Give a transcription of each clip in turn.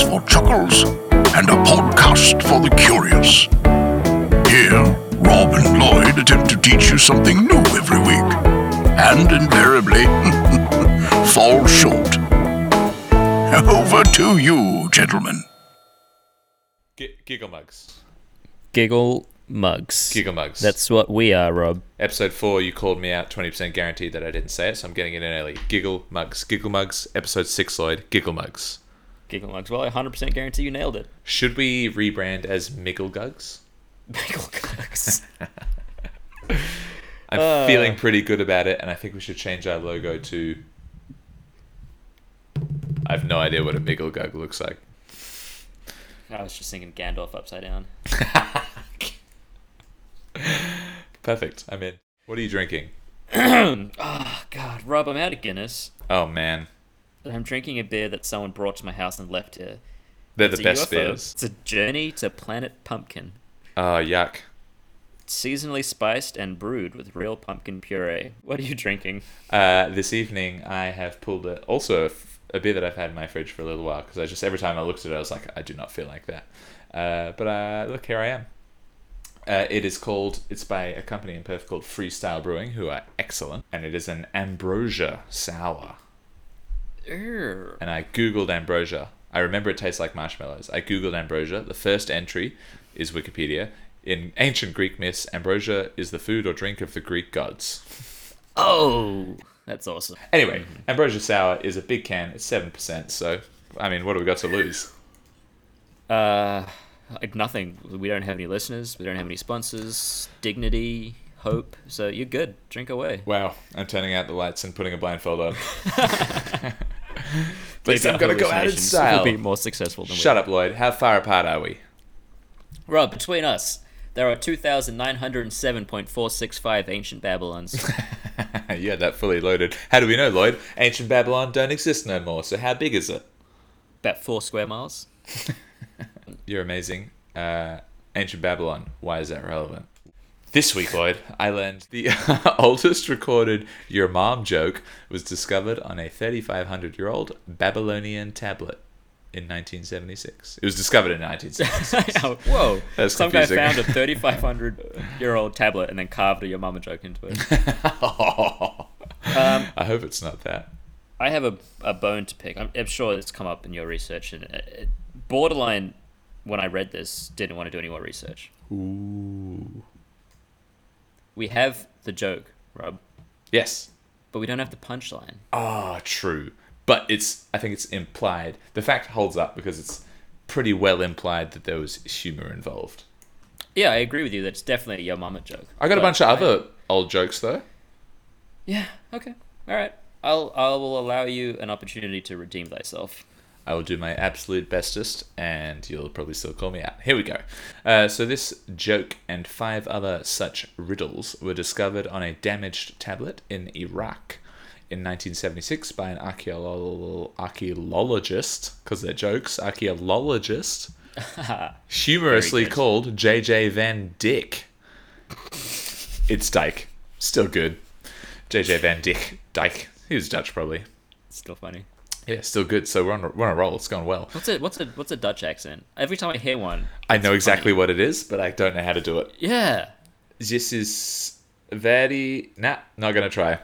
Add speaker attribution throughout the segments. Speaker 1: for chuckles and a podcast for the curious. Here, Rob and Lloyd attempt to teach you something new every week, and invariably fall short. Over to you, gentlemen.
Speaker 2: G- Giggle Mugs.
Speaker 3: Giggle mugs.
Speaker 2: Giggle Mugs.
Speaker 3: That's what we are, Rob.
Speaker 2: episode four. You called me out 20% guaranteed that I didn't say it, so I'm getting it in early. Giggle Mugs. Giggle Mugs. Episode six, Lloyd. Giggle Mugs.
Speaker 3: Giggle mugs. Well, I 100% guarantee you nailed it.
Speaker 2: Should we rebrand as Miggle Gugs?
Speaker 3: Giggle mugs.
Speaker 2: I'm feeling pretty good about it, and I think we should change our logo to. I have no idea what a Miggle Gug looks like.
Speaker 3: I was just thinking Gandalf upside down.
Speaker 2: Perfect. I'm in. What are you drinking?
Speaker 3: Oh, God, Rob, I'm out of Guinness.
Speaker 2: Oh, man.
Speaker 3: and I'm drinking a beer that someone brought to my house and left here.
Speaker 2: They're the
Speaker 3: It's a
Speaker 2: best
Speaker 3: UFO.
Speaker 2: beers.
Speaker 3: It's a journey to Planet Pumpkin.
Speaker 2: Oh, yuck.
Speaker 3: Seasonally spiced and brewed with real pumpkin puree. What are you drinking?
Speaker 2: Uh, this evening, I have pulled a, also a, f- a beer that I've had in my fridge for a little while because I just every time I looked at it, I was like, I do not feel like that. Uh, but uh, look, here I am. Uh, it is called. It's by a company in Perth called Freestyle Brewing, who are excellent, and it is an ambrosia sour.
Speaker 3: Err.
Speaker 2: And I googled ambrosia. I remember it tastes like marshmallows. I googled ambrosia. The first entry is Wikipedia. In ancient Greek myths, ambrosia is the food or drink of the Greek gods.
Speaker 3: Oh, that's awesome.
Speaker 2: Anyway, Ambrosia Sour is a big can. It's seven percent. So, I mean, what do we got to lose?
Speaker 3: Uh, like nothing. We don't have any listeners. We don't have any sponsors. Dignity, hope. So you're good. Drink away.
Speaker 2: Wow, I'm turning out the lights and putting a blindfold on. At
Speaker 3: Maybe
Speaker 2: least I'm
Speaker 3: our
Speaker 2: gonna go out in
Speaker 3: hallucinations
Speaker 2: style.
Speaker 3: Will be more successful than
Speaker 2: Shut up, Lloyd. How far apart are we?
Speaker 3: we. Rob, between us, there are two thousand nine hundred and seven point four six five ancient Babylons.
Speaker 2: you had that fully loaded. How do we know, Lloyd? Ancient Babylon don't exist no more. So how big is it?
Speaker 3: about four square miles.
Speaker 2: You're amazing. Uh, ancient Babylon. Why is that relevant? This week, Lloyd, I learned the oldest recorded your mom joke was discovered on a 3,500 year old Babylonian tablet in 1976. It was discovered in 1976.
Speaker 3: Oh, Whoa!
Speaker 2: That's
Speaker 3: Some
Speaker 2: confusing.
Speaker 3: guy found a thirty-five hundred year old tablet and then carved a your mama joke into it. Um,
Speaker 2: I hope it's not that.
Speaker 3: I have a, a bone to pick. I'm, I'm sure it's come up in your research, and it, it- borderline, when I read this, didn't want to do any more research.
Speaker 2: Ooh.
Speaker 3: We have the joke, Rob,
Speaker 2: Yes.
Speaker 3: but we don't have the punchline.
Speaker 2: Ah, true. But it's, I think it's implied. The fact holds up because it's pretty well implied that there was humor involved.
Speaker 3: Yeah, I agree with you. That's definitely a your mama joke.
Speaker 2: I got a
Speaker 3: But
Speaker 2: bunch of
Speaker 3: I-
Speaker 2: other old jokes though.
Speaker 3: Yeah. Okay. All right. I'll I will allow you an opportunity to redeem thyself.
Speaker 2: I will do my absolute bestest, and you'll probably still call me out. Here we go. Uh, so this joke and five other such riddles were discovered on a damaged tablet in Iraq in 1976 by an archaeolo- archaeologist, because they're jokes, archaeologist, humorously
Speaker 3: Very good.
Speaker 2: called J.J. Van Dyck. It's Dyke. Still good. J.J. Van Dyck. Dyke. He was Dutch, probably.
Speaker 3: still funny.
Speaker 2: Yeah, still good. So we're on a, we're on a roll. It's gone well.
Speaker 3: What's a what's a what's a Dutch accent? Every time I hear one,
Speaker 2: I know exactly what it is, but I don't know how to do it.
Speaker 3: yeah,
Speaker 2: This is very. Nah, not gonna try.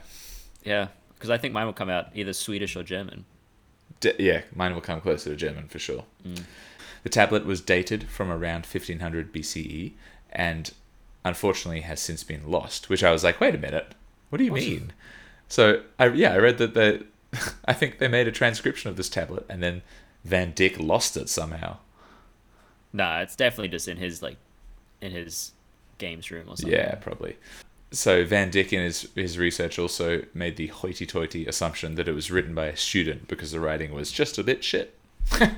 Speaker 3: yeah, because I think mine will come out either Swedish or German.
Speaker 2: D- yeah, mine will come closer to German for sure. The tablet was dated from around 1500 BCE E and unfortunately has since been lost, which I was like, wait a minute, what do you mean? So, I, yeah, I read that they. I think they made a transcription of this tablet and then Van Dyck lost it somehow.
Speaker 3: Nah, it's definitely just in his like, in his games room or something.
Speaker 2: Yeah, probably. So Van Dyck in his, his research also made the hoity-toity assumption that it was written by a student because the writing was just a bit shit. I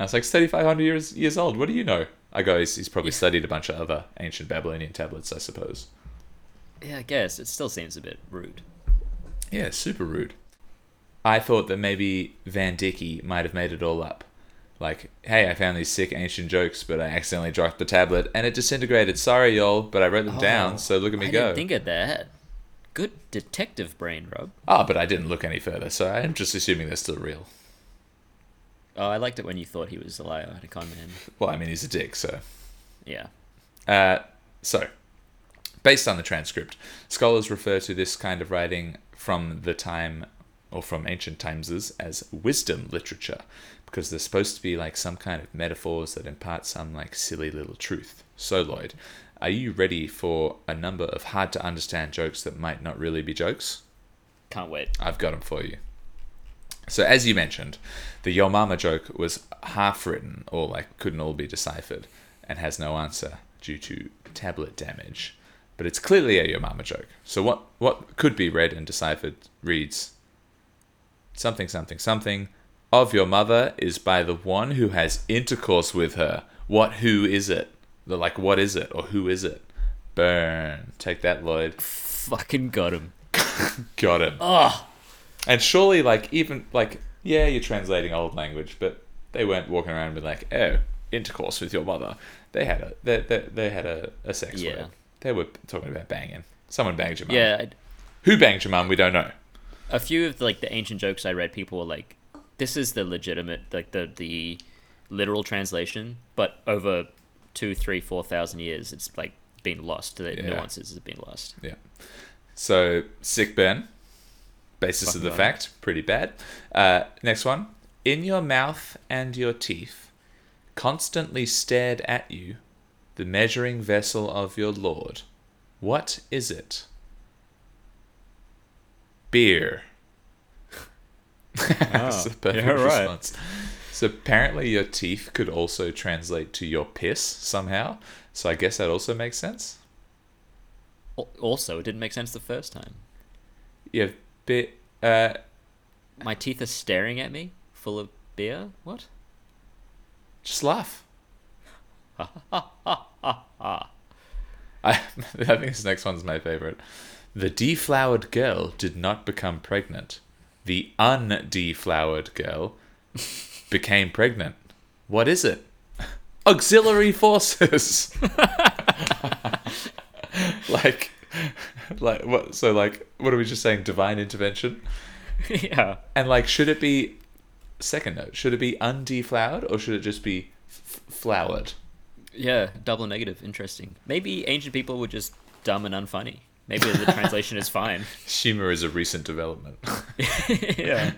Speaker 2: was like, 3,500 years, years old, what do you know? I go, he's, he's probably studied a bunch of other ancient Babylonian tablets, I suppose.
Speaker 3: yeah, I guess it still seems a bit rude.
Speaker 2: Yeah, super rude. I thought that maybe Van Dycky might have made it all up. Like, hey, I found these sick ancient jokes, but I accidentally dropped the tablet and it disintegrated. Sorry, y'all, but I wrote them down, so look at me
Speaker 3: I
Speaker 2: go.
Speaker 3: didn't think of that. Good detective brain, Rob.
Speaker 2: Ah, but I didn't look any further, so I'm just assuming they're still real.
Speaker 3: Oh, I liked it when you thought he was a liar to con man.
Speaker 2: Well, I mean, he's a dick, so.
Speaker 3: Yeah.
Speaker 2: Uh, so, based on the transcript, scholars refer to this kind of writing from the time or from ancient times as wisdom literature because they're supposed to be like some kind of metaphors that impart some like silly little truth. So, Lloyd, are you ready for a number of hard to understand jokes that might not really be jokes?
Speaker 3: Can't wait.
Speaker 2: I've got them for you. So, as you mentioned, the Yo Mama joke was half written or like couldn't all be deciphered and has no answer due to tablet damage. But it's clearly a Yo Mama joke. So, what, what could be read and deciphered reads something, something, something of your mother is by the one who has intercourse with her. What who is it? They're like, what is it? Or who is it? Burn. Take that, Lloyd.
Speaker 3: Fucking got him.
Speaker 2: Got him.
Speaker 3: Oh,
Speaker 2: And surely, like, even, like, yeah, you're translating old language, but they weren't walking around with, like, oh, intercourse with your mother. They had a, they, they, they had a, a sex
Speaker 3: Yeah.
Speaker 2: word. They were talking about banging. Someone banged your mum.
Speaker 3: yeah. I-
Speaker 2: Who banged your mum? We don't know.
Speaker 3: a few of like the ancient jokes I read, people were like, "This is the legitimate, like the the literal translation," but over two, three, four thousand years, it's like been lost. The
Speaker 2: Yeah.
Speaker 3: nuances have been lost.
Speaker 2: Yeah. So sick burn. Basis of
Speaker 3: Fucking
Speaker 2: the
Speaker 3: burn.
Speaker 2: fact, pretty bad. Uh, next one. In your mouth and your teeth, constantly stared at you, the measuring vessel of your lord. What is it? Beer. That's the perfect
Speaker 3: Ah, yeah, right.
Speaker 2: response. So apparently your teeth could also translate to your piss somehow. So I guess that also makes sense.
Speaker 3: Al- Also, it didn't make sense the first time.
Speaker 2: Yeah, bit. Uh,
Speaker 3: My teeth are staring at me, full of beer. What?
Speaker 2: just laugh. I, I think this next one's my favorite. The deflowered girl did not become pregnant. The undeflowered girl became pregnant. What is it? Auxiliary forces. like, like what? So like, what are we just saying? Divine intervention.
Speaker 3: yeah.
Speaker 2: And like, should it be second note? Should it be undeflowered or should it just be f- flowered?
Speaker 3: Yeah. Double negative. Interesting. Maybe ancient people were just dumb and unfunny. Maybe the translation is fine.
Speaker 2: Humor is a recent development.
Speaker 3: yeah.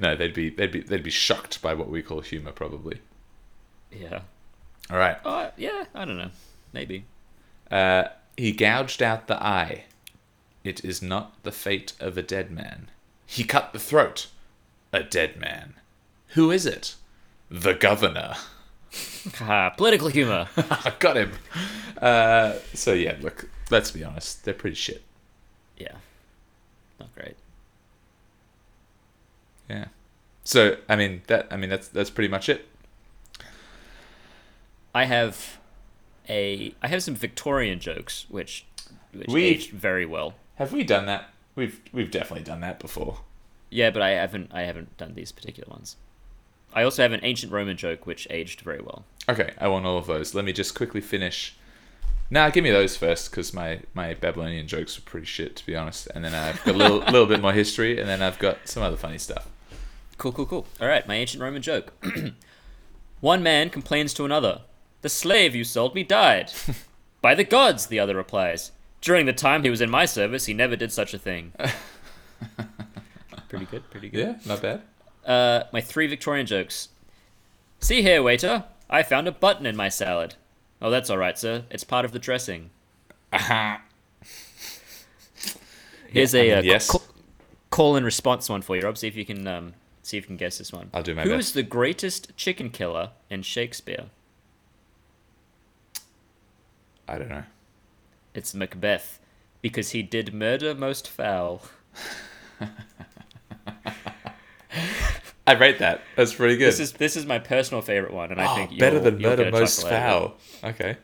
Speaker 2: no, they'd be they'd be they'd be shocked by what we call humor, probably.
Speaker 3: Yeah.
Speaker 2: All right.
Speaker 3: Oh, yeah. I don't know. Maybe.
Speaker 2: Uh, he gouged out the eye. It is not the fate of a dead man. He cut the throat. A dead man. Who is it? The governor.
Speaker 3: Haha, political humor.
Speaker 2: I got him. Uh, so yeah, look. Let's be honest. They're pretty shit.
Speaker 3: yeah. Not great.
Speaker 2: Yeah. So I mean that I mean that's that's pretty much it.
Speaker 3: I have a I have some Victorian jokes which which
Speaker 2: We-
Speaker 3: aged very well.
Speaker 2: Have we done that? We've we've definitely done that before.
Speaker 3: Yeah, but I haven't I haven't done these particular ones. I also have an ancient Roman joke which aged very well.
Speaker 2: Okay, I want all of those. Let me just quickly finish. Nah, give me those first because my, my Babylonian jokes were pretty shit to be honest. And then I've got a little little bit more history, and then I've got some other funny stuff.
Speaker 3: Cool, cool, cool. All right, my ancient Roman joke. One man complains to another, "The slave you sold me died." By the gods, the other replies. During the time he was in my service, he never did such a thing. pretty good, pretty good.
Speaker 2: Yeah, not bad.
Speaker 3: uh, my three Victorian jokes. See here, waiter. I found a button in my salad. Oh, that's all right, sir. It's part of the dressing.
Speaker 2: Uh-huh.
Speaker 3: Here's a
Speaker 2: I
Speaker 3: uh,
Speaker 2: mean, yes.
Speaker 3: ca- call and response one for you, Rob. See if you can um, see if you can guess this one.
Speaker 2: I'll do my
Speaker 3: Who
Speaker 2: best.
Speaker 3: is the greatest chicken killer in Shakespeare?
Speaker 2: I don't know.
Speaker 3: It's Macbeth, because he did murder most foul.
Speaker 2: I rate that. That's pretty good.
Speaker 3: This is this is my personal favorite one, and I
Speaker 2: Oh,
Speaker 3: think
Speaker 2: better
Speaker 3: you'll-
Speaker 2: than
Speaker 3: you'll
Speaker 2: murder
Speaker 3: get a
Speaker 2: most
Speaker 3: chuckle out of it.
Speaker 2: foul. Okay,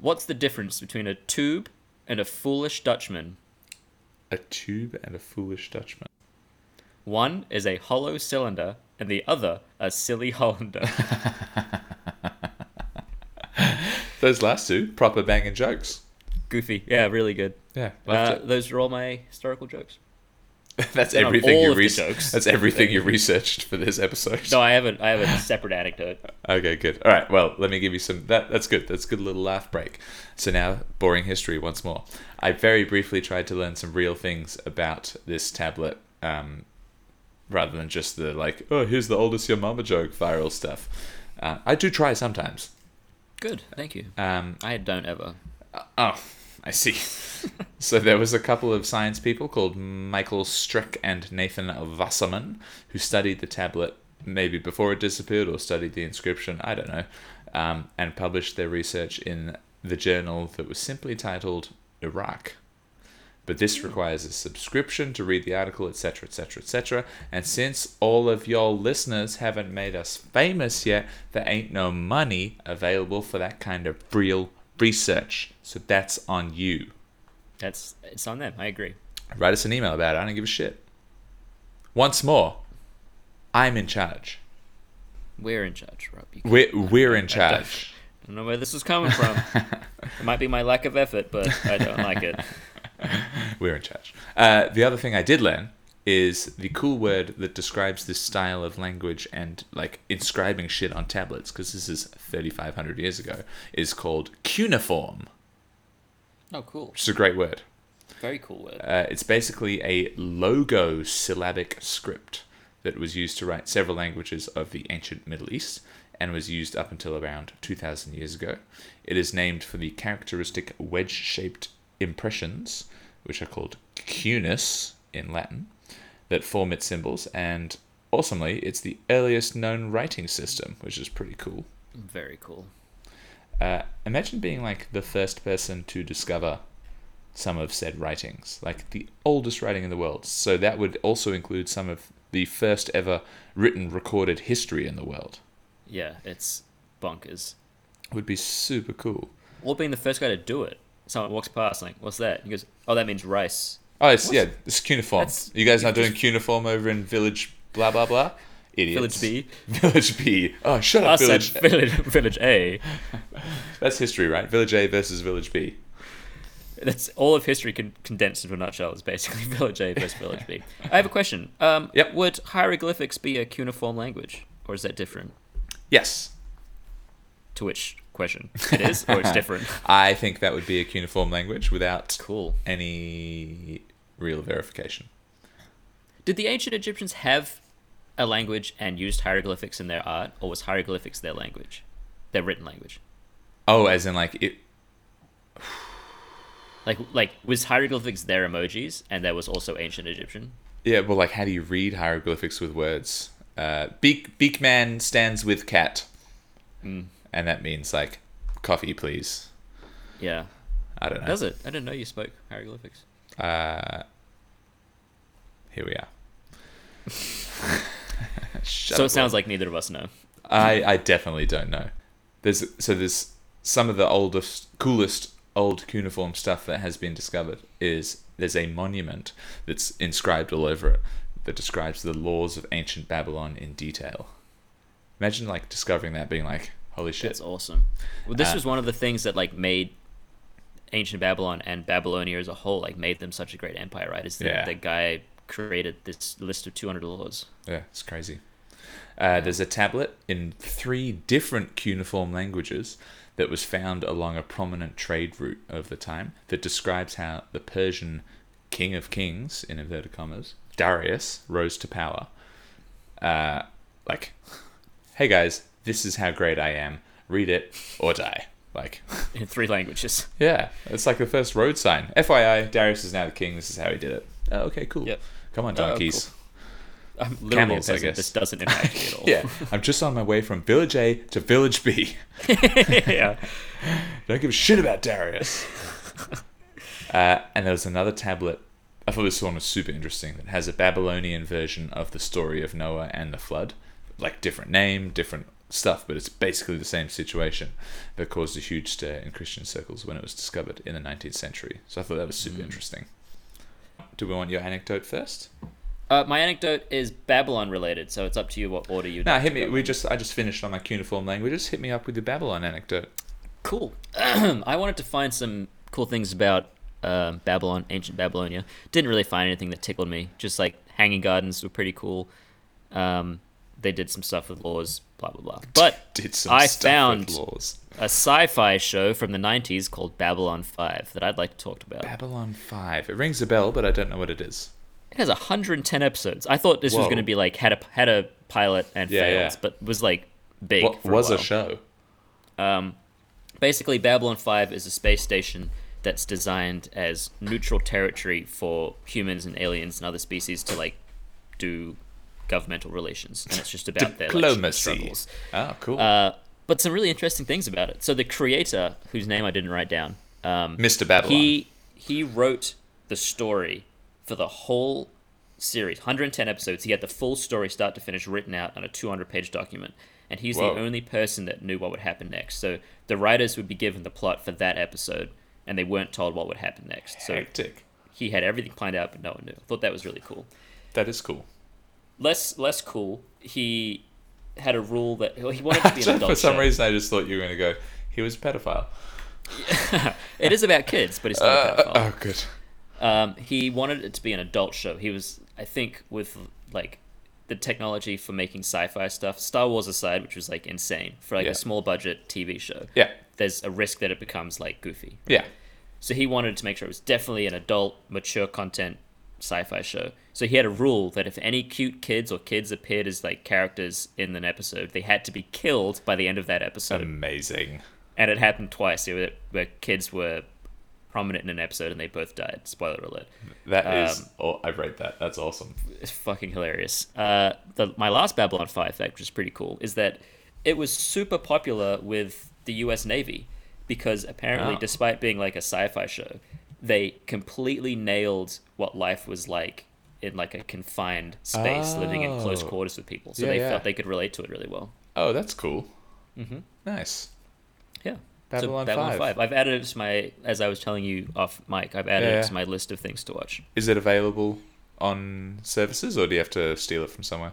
Speaker 3: What's the difference between a tube and a foolish Dutchman?
Speaker 2: a tube and a foolish Dutchman.
Speaker 3: One is a hollow cylinder, and the other a silly Hollander.
Speaker 2: Those last two proper banging jokes.
Speaker 3: Goofy. Yeah, really good.
Speaker 2: Yeah,
Speaker 3: Uh,
Speaker 2: loved it.
Speaker 3: those are all my historical jokes.
Speaker 2: that's everything
Speaker 3: all
Speaker 2: you
Speaker 3: of the
Speaker 2: re-
Speaker 3: jokes.
Speaker 2: That's everything you researched for this episode.
Speaker 3: No, I have a I have a separate anecdote.
Speaker 2: Okay, good. All right. Well, let me give you some. That that's good. That's a good little laugh break. So now, boring history once more. I very briefly tried to learn some real things about this tablet, um, rather than just the like, oh, here's the oldest your mama joke viral stuff. Uh, I do try sometimes.
Speaker 3: Good, thank you.
Speaker 2: Um,
Speaker 3: I don't ever.
Speaker 2: Oh, I see. so there was a couple of science people called Michael Strick and Nathan Wasserman who studied the tablet maybe before it disappeared or studied the inscription, I don't know, um, and published their research in the journal that was simply titled Iraq. But this requires a subscription to read the article, etc., etc., etc. And since all of y'all listeners haven't made us famous yet, there ain't no money available for that kind of real research. So that's on you.
Speaker 3: That's it's on them. I agree.
Speaker 2: Write us an email about it. I don't give a shit. Once more, I'm in charge.
Speaker 3: We're in charge, Rob. You
Speaker 2: We're, we're in charge.
Speaker 3: I don't know where this is coming from. it might be my lack of effort, but I don't like it.
Speaker 2: We're in charge. Uh, the other thing I did learn is the cool word that describes this style of language and like inscribing shit on tablets, because this is 3,500 years ago, is called cuneiform,
Speaker 3: Oh, cool.
Speaker 2: which is a great word.
Speaker 3: Very cool word.
Speaker 2: Uh, it's basically a logo syllabic script that was used to write several languages of the ancient Middle East and was used up until around 2000 years ago. It is named for the characteristic wedge shaped impressions, which are called cunis in Latin, that form its symbols, and awesomely, it's the earliest known writing system, which is pretty cool.
Speaker 3: Very cool.
Speaker 2: Uh, imagine being like the first person to discover some of said writings, like the oldest writing in the world. So that would also include some of the first ever written recorded history in the world.
Speaker 3: Yeah, it's bonkers.
Speaker 2: Would be super cool.
Speaker 3: Or being the first guy to do it. Someone walks past, like, what's that? He goes, oh, that means rice.
Speaker 2: Oh, it's, yeah, it's cuneiform.
Speaker 3: That's-
Speaker 2: You guys not doing cuneiform over in village blah blah blah? Idiots.
Speaker 3: Village B.
Speaker 2: Village B. Oh, shut
Speaker 3: I
Speaker 2: up,
Speaker 3: said
Speaker 2: Village.
Speaker 3: village, village A.
Speaker 2: That's history, right? Village A versus Village B.
Speaker 3: That's all of history con- condensed into a nutshell. Is basically village A versus village B. I have a question. Um,
Speaker 2: Yep.
Speaker 3: Would hieroglyphics be a cuneiform language, or is that different?
Speaker 2: Yes.
Speaker 3: To which question it is, or it's different.
Speaker 2: I think that would be a cuneiform language without
Speaker 3: Cool.
Speaker 2: any real verification.
Speaker 3: Did the ancient Egyptians have a language and used hieroglyphics in their art, or was hieroglyphics their language, their written language?
Speaker 2: Oh, as in like it?
Speaker 3: Like, like was hieroglyphics their emojis, and there was also ancient Egyptian?
Speaker 2: Yeah, well, like how do you read hieroglyphics with words? Uh, beak beak man stands with cat,
Speaker 3: Hmm.
Speaker 2: and that means like coffee, please.
Speaker 3: Yeah.
Speaker 2: I don't know.
Speaker 3: Does it? I didn't know you spoke hieroglyphics.
Speaker 2: Here we are. Shut
Speaker 3: so
Speaker 2: up,
Speaker 3: it sounds like neither of us know.
Speaker 2: I, I definitely don't know. There's so there's some of the oldest, coolest old cuneiform stuff that has been discovered is there's a monument that's inscribed all over it that describes the laws of ancient Babylon in detail. Imagine like discovering that, being like, "Holy shit!"
Speaker 3: That's awesome. Well, this was one of the things that like made ancient Babylon and Babylonia as a whole like made them such a great empire, right? Is that
Speaker 2: Yeah.
Speaker 3: the guy created this list of 200 laws?
Speaker 2: Yeah, it's crazy. Uh, there's a tablet in three different cuneiform languages that was found along a prominent trade route of the time that describes how the Persian king of kings, in inverted commas, Darius, rose to power. Uh, like, hey guys, this is how great I am. Read it or die. Like,
Speaker 3: in three languages.
Speaker 2: yeah, it's like the first road sign. FYI, Darius is now the king. This is how he did it. Oh, okay, cool.
Speaker 3: Yep.
Speaker 2: Come on,
Speaker 3: Oh,
Speaker 2: donkeys.
Speaker 3: cool. I'm literally
Speaker 2: Camels, I
Speaker 3: a peasant.
Speaker 2: guess.
Speaker 3: This doesn't impact me at all.
Speaker 2: Yeah, I'm just on my way from village A to village B.
Speaker 3: yeah.
Speaker 2: Don't give a shit about Darius. uh, and there was another tablet. I thought this one was super interesting. That has a Babylonian version of the story of Noah and the flood, like different name, different stuff, but it's basically the same situation that caused a huge stir in Christian circles when it was discovered in the 19th century. So I thought that was super interesting. Do we want your anecdote first?
Speaker 3: Uh, my anecdote is Babylon related, so it's up to you what order you.
Speaker 2: No, hit me. We just I just finished on my cuneiform languages. Hit me up with your Babylon anecdote.
Speaker 3: Cool. I wanted to find some cool things about um, Babylon, ancient Babylonia. Didn't really find anything that tickled me. Just like hanging gardens were pretty cool. Um, they did some stuff with laws, blah blah blah. But
Speaker 2: Did some
Speaker 3: I
Speaker 2: stuff
Speaker 3: found
Speaker 2: with laws.
Speaker 3: a sci-fi show from the '90s called Babylon 5 that I'd like to talk about.
Speaker 2: Babylon 5. It rings a bell, but I don't know what it is.
Speaker 3: It has 110 episodes. I thought this was
Speaker 2: Whoa.
Speaker 3: going to be like had a had a pilot and
Speaker 2: Yeah,
Speaker 3: failed,
Speaker 2: yeah.
Speaker 3: but was like big.
Speaker 2: What
Speaker 3: for
Speaker 2: was
Speaker 3: a,
Speaker 2: a,
Speaker 3: while.
Speaker 2: show?
Speaker 3: Basically, Babylon 5 is a space station that's designed as neutral territory for humans and aliens and other species to like do governmental relations, and it's just about their like,
Speaker 2: Diplomacy.
Speaker 3: struggles.
Speaker 2: Oh, cool.
Speaker 3: Uh, but some really interesting things about it. So the creator, whose name I didn't write down, um,
Speaker 2: Mr. Babylon.
Speaker 3: he he wrote the story for the whole series, 110 episodes. He had the full story start to finish written out on a 200-page document, and he's
Speaker 2: Whoa.
Speaker 3: the only person that knew what would happen next. So the writers would be given the plot for that episode, and they weren't told what would happen next. So
Speaker 2: Hectic.
Speaker 3: he had everything planned out, but no one knew. I thought that was really cool
Speaker 2: That is cool.
Speaker 3: less less cool. He had a rule that well, he wanted to be an adult.
Speaker 2: For some
Speaker 3: show.
Speaker 2: reason, I just thought you were going to go, he was a pedophile.
Speaker 3: it is about kids, but it's not
Speaker 2: Uh,
Speaker 3: about
Speaker 2: oh, good.
Speaker 3: Um, he wanted it to be an adult show. He was, I think, with like the technology for making sci-fi stuff, Star Wars aside, which was like insane for like
Speaker 2: Yeah.
Speaker 3: a small budget TV show.
Speaker 2: Yeah.
Speaker 3: There's a risk that it becomes like goofy.
Speaker 2: Yeah.
Speaker 3: So he wanted to make sure it was definitely an adult, mature content sci-fi show. So he had a rule that if any cute kids or kids appeared as like characters in an episode, they had to be killed by the end of that episode.
Speaker 2: Um, Amazing.
Speaker 3: and it happened twice where, where kids were prominent in an episode and they both died. Spoiler alert. Um,
Speaker 2: That is. Oh, I read that. That's awesome.
Speaker 3: It's fucking hilarious. Uh, the, my last Babylon 5 fact, which is pretty cool, is that it was super popular with the US Navy because apparently,
Speaker 2: Oh.
Speaker 3: despite being like a sci fi show, they completely nailed what life was like in like a confined space living in close
Speaker 2: Oh.
Speaker 3: quarters with people. So
Speaker 2: Yeah,
Speaker 3: they
Speaker 2: yeah.
Speaker 3: felt they could relate to it really well.
Speaker 2: Oh, that's cool. Mm-hmm. Nice.
Speaker 3: Yeah.
Speaker 2: Babylon
Speaker 3: so, Babylon
Speaker 2: 5.
Speaker 3: 5. I've added it to my, as I was telling you off mic, I've added
Speaker 2: Yeah,
Speaker 3: it
Speaker 2: yeah.
Speaker 3: to my list of things to watch.
Speaker 2: Is it available on services or do you have to steal it from somewhere?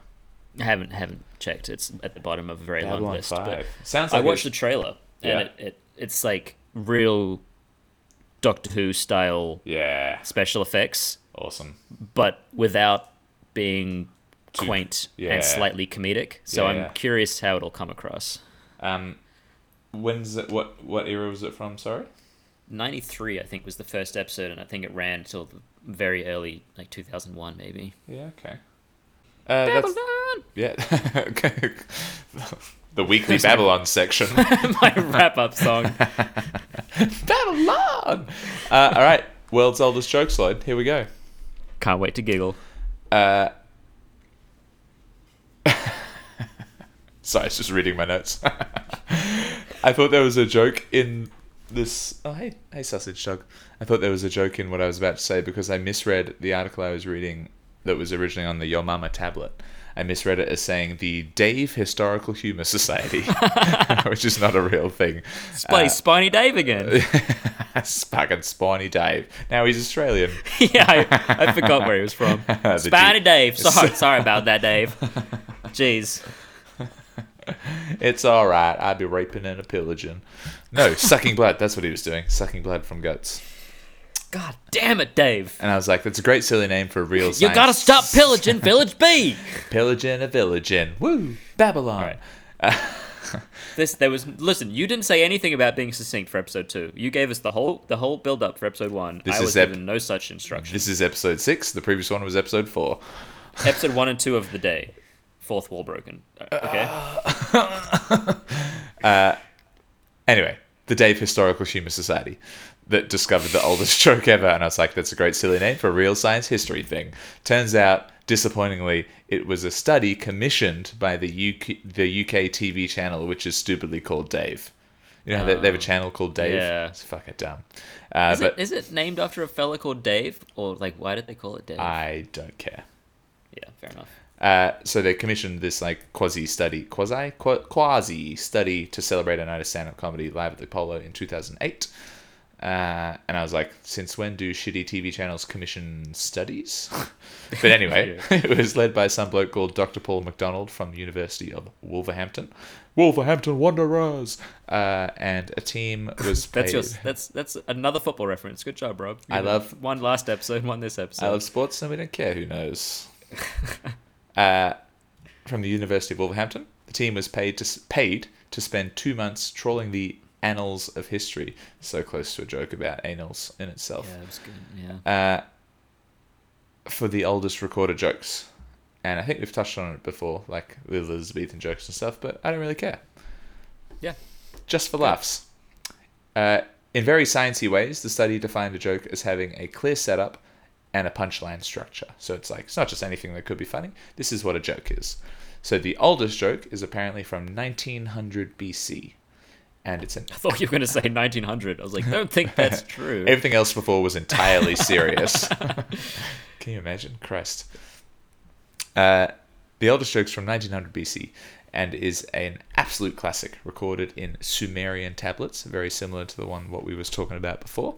Speaker 3: I haven't haven't checked. It's at the bottom of a very long list. But
Speaker 2: Sounds
Speaker 3: I
Speaker 2: like
Speaker 3: watched the
Speaker 2: it-
Speaker 3: trailer,
Speaker 2: Yeah.
Speaker 3: and it, it it's like real Doctor Who style
Speaker 2: Yeah.
Speaker 3: special effects,
Speaker 2: Awesome.
Speaker 3: but without being quaint
Speaker 2: yeah.
Speaker 3: and slightly comedic. So
Speaker 2: Yeah,
Speaker 3: I'm
Speaker 2: yeah.
Speaker 3: curious how it'll come across.
Speaker 2: Um, when's it? What what era was it from? Sorry.
Speaker 3: 93 I think was the first episode and I think it ran till the very early like 2001 maybe.
Speaker 2: Yeah. Okay. Uh, that's, yeah. okay. the weekly Babylon section.
Speaker 3: My wrap up song.
Speaker 2: Babylon. Uh, all right. World's oldest joke slide. Here we go.
Speaker 3: Can't wait to giggle.
Speaker 2: Sorry, I was just reading my notes. I thought there was a joke in this. Oh, hey, hey, sausage dog. I thought there was a joke in what I was about to say because I misread the article I was reading that was originally on the Yo Mama tablet. I misread it as saying the Dave Historical Humor Society, which is not a real thing.
Speaker 3: It's bloody
Speaker 2: Uh,
Speaker 3: Spiny Dave again.
Speaker 2: Fucking Spiny Dave. Now he's Australian. Uh,
Speaker 3: yeah, I, I forgot where he was from.
Speaker 2: Did you-
Speaker 3: Spiny Dave. Sorry, sorry about that, Dave. Jeez.
Speaker 2: It's all right. I'd be raping and a pillaging. No, sucking blood. That's what he was doing. Sucking blood from guts.
Speaker 3: God damn it, Dave.
Speaker 2: And I was like, that's a great silly name for a real.
Speaker 3: You
Speaker 2: science-
Speaker 3: gotta stop pillaging Village B.
Speaker 2: pillaging a village in woo Babylon.
Speaker 3: Alright. This there was listen. You didn't say anything about being succinct for episode two. You gave us the whole the whole build up for episode one.
Speaker 2: This
Speaker 3: I
Speaker 2: is
Speaker 3: was
Speaker 2: ep-
Speaker 3: given no such instruction.
Speaker 2: This is episode six. The previous one was episode four.
Speaker 3: episode one and two of the day. Fourth wall broken. Uh,
Speaker 2: Uh,
Speaker 3: Okay.
Speaker 2: Anyway, the Dave Historical Humor Society that discovered the oldest joke ever, and I was like, that's a great silly name for a real science history thing. Turns out, disappointingly, it was a study commissioned by the UK the UK TV channel, which is stupidly called Dave. You know, how they, they have a channel called Dave.
Speaker 3: Oh, yeah.
Speaker 2: It's fucking dumb. Uh,
Speaker 3: Is
Speaker 2: but
Speaker 3: it, is it named after a fella called Dave, or like why did they call it Dave?
Speaker 2: I don't care.
Speaker 3: yeah, fair enough.
Speaker 2: Uh, so they commissioned this like quasi study, quasi Qua- quasi study to celebrate a night of stand-up comedy live at the Apollo in 2008. Uh, and I was like, since when do shitty TV channels commission studies? but anyway, it was led by some bloke called Dr. Paul McDonald from the University of Wolverhampton. Wolverhampton Wanderers! Uh, and a team was
Speaker 3: That's
Speaker 2: played-
Speaker 3: yours. That's that's another football reference. Good job, Rob. You
Speaker 2: I
Speaker 3: did
Speaker 2: love-
Speaker 3: one last episode, one this episode.
Speaker 2: I love sports and we don't care who knows. uh, from the University of Wolverhampton, the team was paid to s- paid to spend two months trawling the annals of history. So close to a joke about annals in itself.
Speaker 3: yeah, it was good. Yeah.
Speaker 2: Uh, for the oldest recorded jokes. And I think we've touched on it before, like with Elizabethan jokes and stuff, but I don't really care.
Speaker 3: yeah.
Speaker 2: Just for laughs. Uh, in very sciencey ways, the study defined a joke as having a clear setup and a punchline structure. So it's like, it's not just anything that could be funny, this is what a joke is. So the oldest joke is apparently from 1900 BC. And it's an
Speaker 3: I thought you were going to say 1900. I was like, don't think that's true.
Speaker 2: Everything else before was entirely serious. Can you imagine? Christ. Uh, the Elder Strokes from 1900 BC and is an absolute classic recorded in Sumerian tablets, very similar to the one what we was talking about before.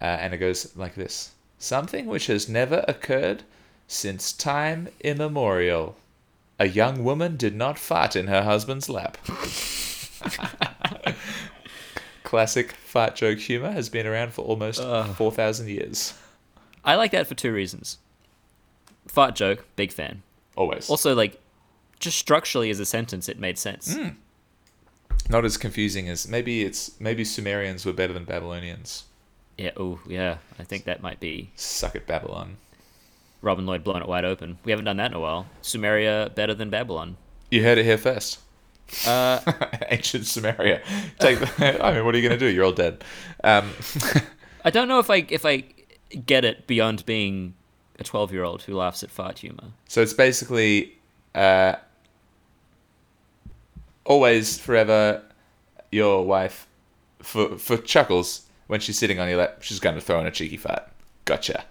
Speaker 2: Uh, and it goes like this. Something which has never occurred since time immemorial. A young woman did not fart in her husband's lap. Classic fart joke humor has been around for almost 4,000 years.
Speaker 3: I like that for two reasons. Fart joke, big fan.
Speaker 2: Always.
Speaker 3: Also, like, just structurally as a sentence, it made sense.
Speaker 2: Hmm. Not as confusing as maybe it's maybe Sumerians were better than Babylonians.
Speaker 3: Yeah. Oh, yeah. I think that might be
Speaker 2: Suck at Babylon.
Speaker 3: Robin Lloyd blowing it wide open. We haven't done that in a while. Sumeria better than Babylon.
Speaker 2: You heard it here first. Uh, Ancient Sumeria. Take. The, I mean, what are you going to do? You're all dead. Um,
Speaker 3: I don't know if I if I get it beyond being a 12 year old who laughs at fart humor.
Speaker 2: so it's basically uh, always, forever, your wife for for chuckles when she's sitting on your lap. She's going to throw in a cheeky fart. Gotcha.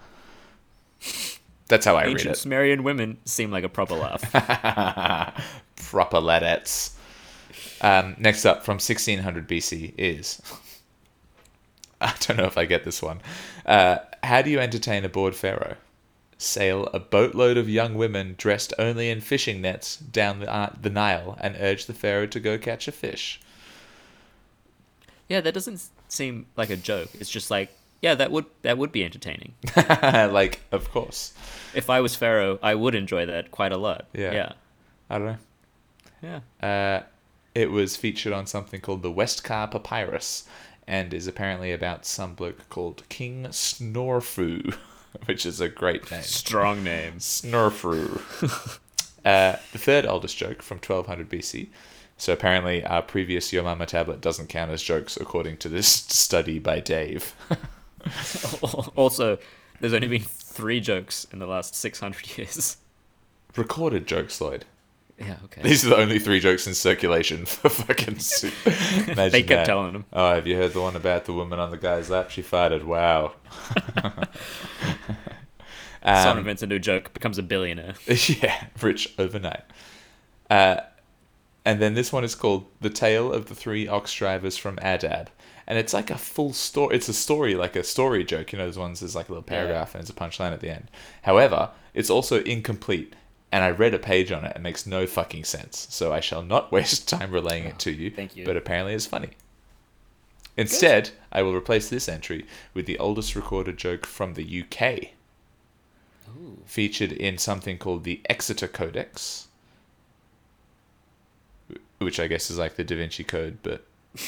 Speaker 2: That's how I read
Speaker 3: Ancient
Speaker 2: it.
Speaker 3: Sumerian women seem like a proper laugh.
Speaker 2: proper ladettes. Um, next up from 1600 BC is. I don't know if I get this one. Uh, how do you entertain a bored pharaoh? Sail a boatload of young women dressed only in fishing nets down the, uh, the Nile and urge the pharaoh to go catch a fish.
Speaker 3: Yeah, that doesn't s- seem like a joke. It's just like, yeah, that would that would be entertaining.
Speaker 2: like, of course.
Speaker 3: if I was Pharaoh, I would enjoy that quite a lot.
Speaker 2: Yeah.
Speaker 3: Yeah.
Speaker 2: I don't
Speaker 3: Yeah.
Speaker 2: know. Uh, it was featured on something called the Westcar Papyrus and is apparently about some bloke called King Snorfu, which is a great name.
Speaker 3: Strong names.
Speaker 2: Snorfru. uh, the third oldest joke from 1200 BC. So apparently, our previous Yo Mama tablet doesn't count as jokes, according to this study by Dave.
Speaker 3: also, there's only been three jokes in the last 600 years.
Speaker 2: Recorded jokes, Lloyd.
Speaker 3: Yeah, okay.
Speaker 2: These are the only three jokes in circulation for fucking. Su- Imagine
Speaker 3: They
Speaker 2: that.
Speaker 3: kept telling him.
Speaker 2: Oh, have you heard the one about the woman on the guy's lap? She farted. Wow.
Speaker 3: Someone invents a new joke, becomes a billionaire.
Speaker 2: yeah, rich overnight. Uh, and then this one is called "The Tale of the Three Ox Drivers from Adab," and it's like a full story. It's a story, like a story joke. You know, those ones there's like a little paragraph and there's a punchline at the end. However, it's also incomplete, and I read a page on it. It makes no fucking sense. So I shall not waste time relaying it to you.
Speaker 3: Oh, thank you.
Speaker 2: But apparently, it's funny. Instead, I will replace this entry with the oldest recorded joke from the UK featured in something called the Exeter Codex, wh- which I guess is like the Da Vinci Code, but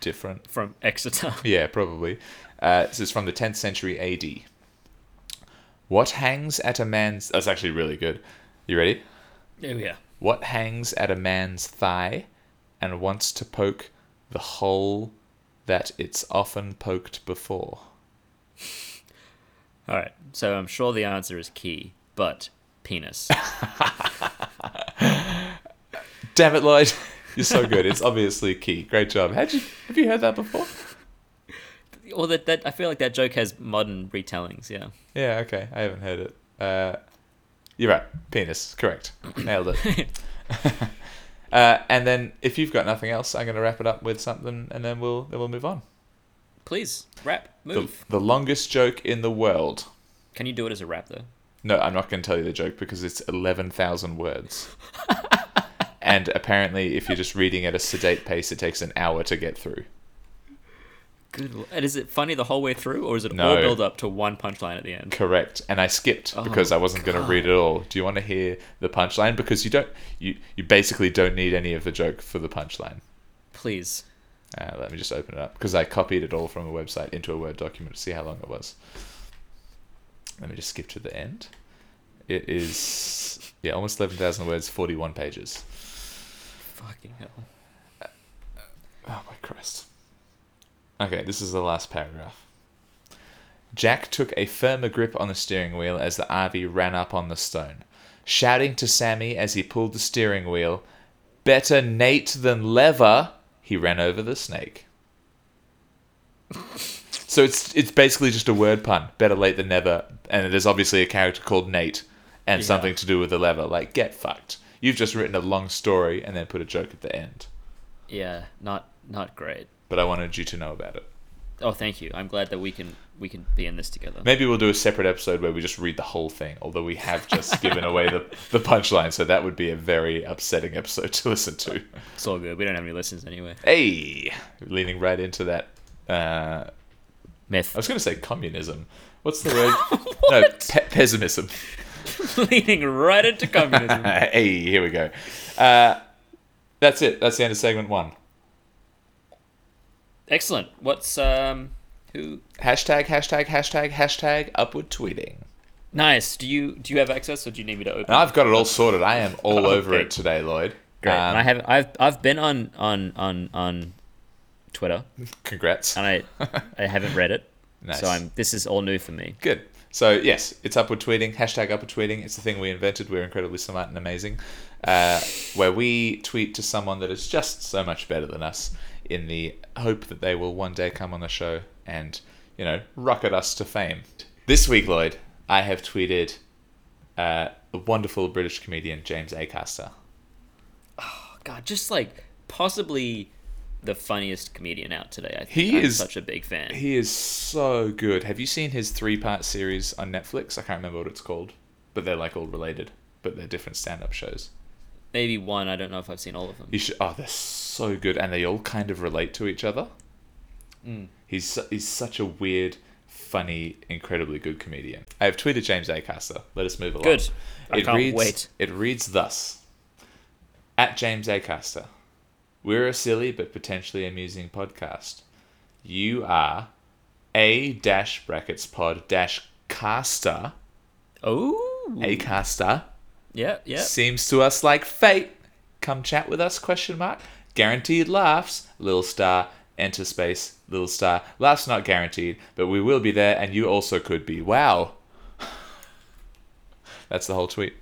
Speaker 2: different.
Speaker 3: From Exeter.
Speaker 2: Yeah, probably. Uh, this is from the 10th century AD. What hangs at a man's. That's actually really good. You ready?
Speaker 3: Oh, yeah.
Speaker 2: What hangs at a man's thigh and wants to poke the hole that it's often poked before?
Speaker 3: All right. So I'm sure the answer is key, but penis.
Speaker 2: Damn it, Lloyd. You're so good. It's obviously key. Great job. How'd you, have you heard that before?
Speaker 3: well, that, that I feel like that joke has modern retellings, yeah.
Speaker 2: Yeah, okay. I haven't heard it. Uh, you're right. Penis. Correct. Nailed it. uh, and then, if you've got nothing else, I'm going to wrap it up with something, and then we'll then we'll move on.
Speaker 3: Please, rap,
Speaker 2: The,
Speaker 3: move.
Speaker 2: the longest joke in the world.
Speaker 3: Can you do it as a rap, though?
Speaker 2: No, I'm not going to tell you the joke because it's 11,000 words. and apparently, if you're just reading at a sedate pace, it takes an hour to get through.
Speaker 3: Good. l- And is it funny the whole way through, or is it
Speaker 2: No.
Speaker 3: all build up to one punchline at the end?
Speaker 2: Correct. And I skipped because I wasn't going to read it all. Do you want to hear the punchline? Because you don't, you, you basically don't need any of the joke for the punchline.
Speaker 3: Please.
Speaker 2: Uh, let me just open it up because I copied it all from a website into a Word document to see how long it was. Let me just skip to the end. It is, yeah, almost 11,000 words, 41 pages.
Speaker 3: Fucking hell.
Speaker 2: Oh my Christ. Okay, this is the last paragraph. Jack took a firmer grip on the steering wheel as the RV ran up on the stone, shouting to Sammy as he pulled the steering wheel, Better Nate than lever! He ran over the snake. so it's it's basically just a word pun. Better late than never. And there's obviously a character called Nate and
Speaker 3: Yeah.
Speaker 2: something to do with the lever. Like, get fucked. You've just written a long story and then put a joke at the end.
Speaker 3: Yeah, not not great.
Speaker 2: But I wanted you to know about it.
Speaker 3: Oh, thank you. I'm glad that we can we can be in this together.
Speaker 2: Maybe we'll do a separate episode where we just read the whole thing, although we have just given away the, the punchline, so that would be a very upsetting episode to listen to.
Speaker 3: It's all good. We don't have any listens anyway.
Speaker 2: Hey! Leaning right into that. Uh, I
Speaker 3: Myth.
Speaker 2: was going to say communism. What's the word? No, pe- pessimism.
Speaker 3: Leaning right into communism.
Speaker 2: Uh, hey, here we go. Uh, that's it. That's the end of segment one.
Speaker 3: Excellent. What's um who
Speaker 2: Hashtag, hashtag, hashtag, hashtag upward tweeting.
Speaker 3: Nice. Do you do you have access or do you need me to open?
Speaker 2: And I've got it all sorted. I am all over
Speaker 3: Okay.
Speaker 2: it today, Lloyd.
Speaker 3: Great.
Speaker 2: Um,
Speaker 3: and I have I've I've been on on on on Twitter
Speaker 2: congrats.
Speaker 3: and I I haven't read it.
Speaker 2: Nice.
Speaker 3: So I'm this is all new for me.
Speaker 2: Good. So yes, it's upward tweeting. Hashtag upward tweeting. It's the thing we invented. We're incredibly smart and amazing. Uh, where we tweet to someone that is just so much better than us, in the hope that they will one day come on the show and you know rocket us to fame. This week, Lloyd, I have tweeted uh, the wonderful British comedian James Acaster. Oh,
Speaker 3: God, just like possibly the funniest comedian out today. I think
Speaker 2: He
Speaker 3: I'm
Speaker 2: is-
Speaker 3: such a big fan.
Speaker 2: He is so good. Have you seen his three-part series on Netflix? I can't remember what it's called, but they're like all related, but they're different stand-up shows.
Speaker 3: Maybe one. I don't know if I've seen all of them.
Speaker 2: You should. Oh, they're so good, and they all kind of relate to each other.
Speaker 3: Mm.
Speaker 2: He's su- he's such a weird, funny, incredibly good comedian. I have tweeted James Acaster. Let us move along.
Speaker 3: Good. I can't
Speaker 2: reads,
Speaker 3: wait.
Speaker 2: It reads thus: At James Acaster, we're a silly but potentially amusing podcast. You are a dash brackets pod dash caster.
Speaker 3: Oh.
Speaker 2: A caster
Speaker 3: Yeah, yeah.
Speaker 2: seems to us like fate. Come chat with us? Question mark. Guaranteed laughs. Little star. Enter space. Little star. Laughs not guaranteed, but we will be there, and you also could be. Wow. That's the whole tweet.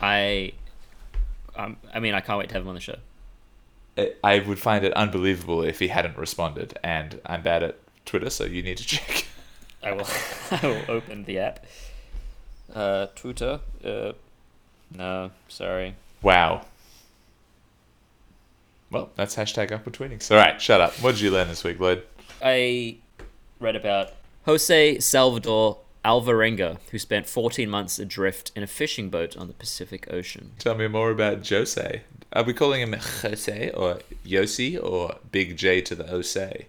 Speaker 3: I. Um, I mean, I can't wait to have him on the show.
Speaker 2: I- I would find it unbelievable if he hadn't responded, and I'm bad at Twitter, so you need to check.
Speaker 3: I will. I will open the app. Uh, Twitter. Uh, no, sorry.
Speaker 2: Wow. Well, that's hashtag upward tweeting. So, all right, shut up. What did you learn this week, Lloyd?
Speaker 3: I read about Jose Salvador Alvarenga, who spent 14 months adrift in a fishing boat on the Pacific Ocean.
Speaker 2: Tell me more about Jose. Are we calling him Jose or Yossi or Big J to the Jose?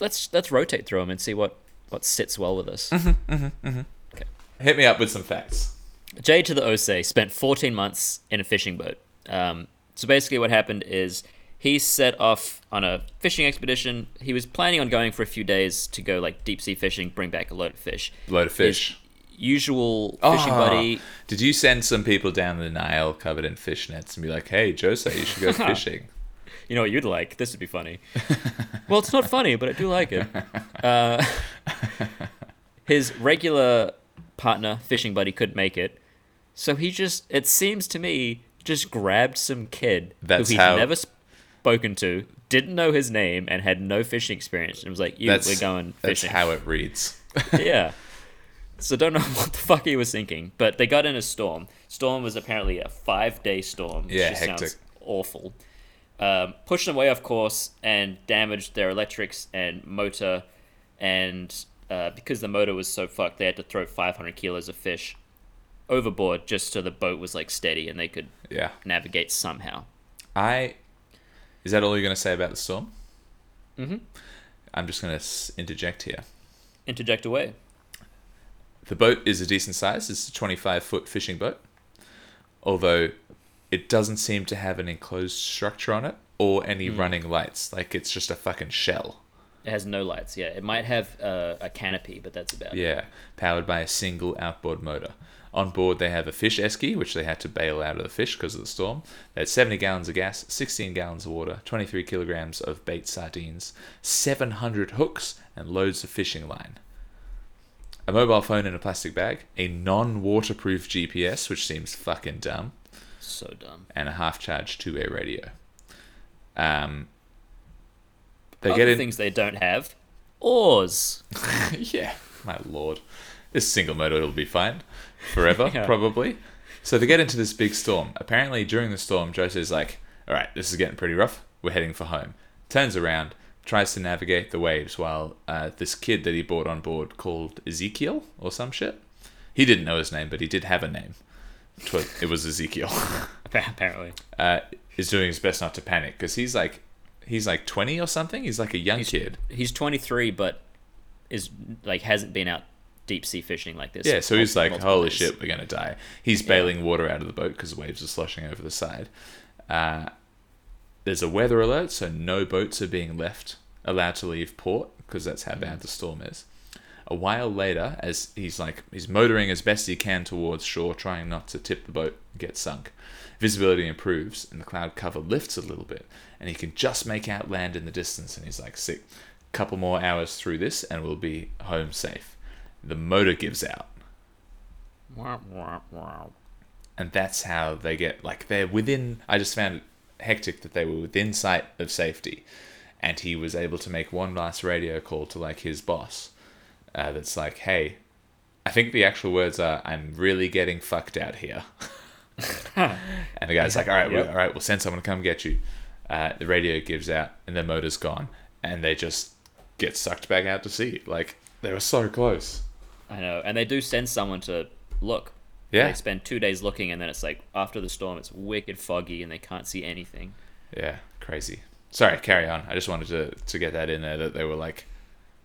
Speaker 3: Let's let's rotate through them and see what what sits well with us.
Speaker 2: Hit me up with some facts.
Speaker 3: Jay to the Osei spent 14 months in a fishing boat. Um, so basically, what happened is he set off on a fishing expedition. He was planning on going for a few days to go like deep sea fishing, bring back a load of fish.
Speaker 2: Load of
Speaker 3: His
Speaker 2: fish. Ah,
Speaker 3: usual fishing buddy.
Speaker 2: Did you send some people down the Nile covered in fishnets and be like, hey, Jose, you should go fishing?
Speaker 3: You know what you'd like? This would be funny. well, it's not funny, but I do like it. Uh, his regular partner, fishing buddy, couldn't make it. So he just, it seems to me, just grabbed some kid
Speaker 2: That's
Speaker 3: who he's
Speaker 2: how-
Speaker 3: never spoken to, didn't know his name, and had no fishing experience, and was like, you, we're going
Speaker 2: that's
Speaker 3: fishing.
Speaker 2: how it reads.
Speaker 3: yeah. So don't know what the fuck he was thinking, but they got in a storm. Storm was apparently a five day storm. which
Speaker 2: Yeah,
Speaker 3: just
Speaker 2: hectic.
Speaker 3: Sounds awful. um, pushed them away off course and damaged their electrics and motor. And uh, because the motor was so fucked, they had to throw 500 kilos of fish overboard just so the boat was like steady and they could
Speaker 2: Yeah.
Speaker 3: navigate somehow.
Speaker 2: I. Is that all you're going to say about the storm? Mm-hmm. I'm just going to s- interject here.
Speaker 3: Interject away.
Speaker 2: The boat is a decent size. It's a 25 foot fishing boat, although it doesn't seem to have an enclosed structure on it or any running lights. Like it's just a fucking shell.
Speaker 3: It has no lights. Yeah, it might have uh, a canopy, but that's about it.
Speaker 2: Yeah, powered by a single outboard motor. On board, they have a fish esky, which they had to bail out of the fish because of the storm. They had 70 gallons of gas, 16 gallons of water, 23 kilograms of bait sardines, 700 hooks, and loads of fishing line. A mobile phone in a plastic bag, a non waterproof GPS, which seems fucking dumb,
Speaker 3: So dumb.
Speaker 2: and a half charged two way radio. Um, they
Speaker 3: Other
Speaker 2: get in.
Speaker 3: things they don't have. Oars.
Speaker 2: yeah, my lord. This single motor will be fine forever,
Speaker 3: Yeah.
Speaker 2: probably. So they get into this big storm. Apparently, during the storm, Jose's like, all right, this is getting pretty rough. We're heading for home. Turns around, tries to navigate the waves while uh, this kid that he brought on board called Ezekiel or some shit. He didn't know his name, but he did have a name. 'Twas- It was Ezekiel.
Speaker 3: Apparently.
Speaker 2: Uh, is doing his best not to panic because he's like, he's like 20 or something. He's like a young kid.
Speaker 3: He's 23, but is like hasn't been out deep sea fishing like this.
Speaker 2: Yeah, so he's
Speaker 3: multiple-
Speaker 2: like,
Speaker 3: multiple
Speaker 2: "Holy
Speaker 3: days.
Speaker 2: shit, we're gonna die." He's bailing water out of the boat because waves are sloshing over the side. Uh, there's a weather alert, so no boats are being left allowed to leave port because that's how bad the storm is. A while later, as he's like he's motoring as best he can towards shore, trying not to tip the boat and get sunk. Visibility improves and the cloud cover lifts a little bit, and he can just make out land in the distance. And he's like, "Sick, couple more hours through this, and we'll be home safe." The motor gives out
Speaker 3: Wah, wah, wah.
Speaker 2: and that's how they get like they're within i just found it hectic that they were within sight of safety and he was able to make one last radio call to like his boss uh, that's like hey i think the actual words are i'm really getting fucked out here and the guy's like all right
Speaker 3: Yep.
Speaker 2: we'll, all right we'll send someone to come get you uh, the radio gives out and the motor's gone and they just get sucked back out to sea like they were so close
Speaker 3: I know. And they do send someone to look.
Speaker 2: yeah
Speaker 3: They spend two days looking, and then it's like after the storm, it's wicked foggy, and they can't see anything.
Speaker 2: Yeah, crazy. Sorry, carry on. I just wanted to, to get that in there that they were like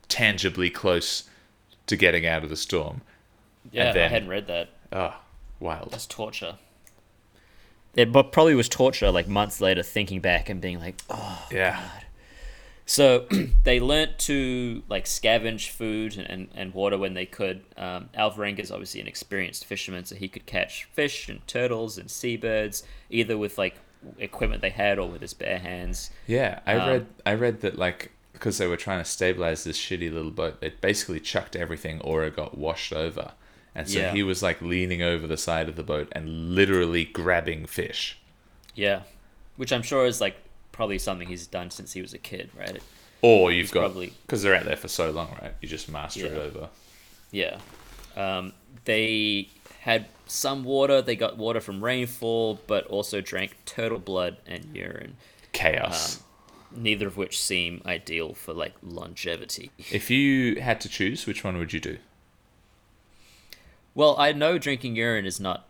Speaker 2: tangibly close to getting out of the storm.
Speaker 3: Yeah,
Speaker 2: then-
Speaker 3: I hadn't read that.
Speaker 2: Oh, wild.
Speaker 3: That's torture. It bu- probably was torture, like months later, thinking back and being like, oh.
Speaker 2: Yeah.
Speaker 3: So they learnt to like scavenge food and, and, and water when they could. Um, Alvarenga is obviously an experienced fisherman, so he could catch fish and turtles and seabirds either with like equipment they had or with his bare hands.
Speaker 2: Yeah, I
Speaker 3: Um,
Speaker 2: read I read that like because they were trying to stabilize this shitty little boat, they basically chucked everything or it got washed over. And so
Speaker 3: Yeah.
Speaker 2: he was like leaning over the side of the boat and literally grabbing fish.
Speaker 3: Yeah, which I'm sure is like probably something he's done since he was a kid, right?
Speaker 2: Or you've got
Speaker 3: probably-
Speaker 2: because they're out there for so long, right? You just master it
Speaker 3: Yeah.
Speaker 2: over.
Speaker 3: Yeah. Um, they had some water. They got water from rainfall, but also drank turtle blood and urine.
Speaker 2: Chaos.
Speaker 3: Um, Neither of which seem ideal for like longevity.
Speaker 2: if you had to choose, which one would you do?
Speaker 3: Well, I know drinking urine is not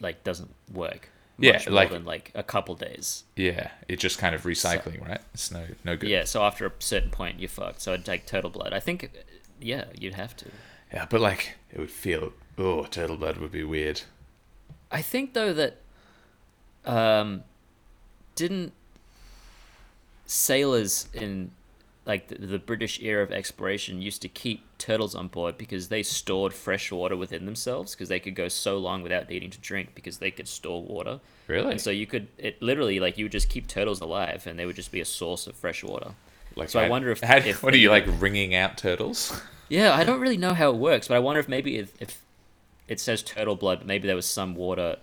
Speaker 3: like doesn't work.
Speaker 2: Yeah,
Speaker 3: much more
Speaker 2: like-
Speaker 3: than like a couple days.
Speaker 2: Yeah, it's just kind of recycling, right? It's no no good.
Speaker 3: Yeah, so after a certain point, you're fucked. So I'd take turtle blood. I think, yeah, you'd have to.
Speaker 2: Yeah, but like it would feel oh, turtle blood would be weird.
Speaker 3: I think though that um, didn't sailors in like the, the British era of exploration used to keep turtles on board because they stored fresh water within themselves because they could go so long without needing to drink because they could store water.
Speaker 2: Really?
Speaker 3: And so you could it literally like you would just keep turtles alive and they would just be a source of fresh water.
Speaker 2: Like
Speaker 3: so I wonder if-
Speaker 2: how-
Speaker 3: if
Speaker 2: what are
Speaker 3: they-
Speaker 2: you like wringing out turtles?
Speaker 3: Yeah, I don't really know how it works, but I wonder if maybe if, if it says turtle blood, but maybe there was some water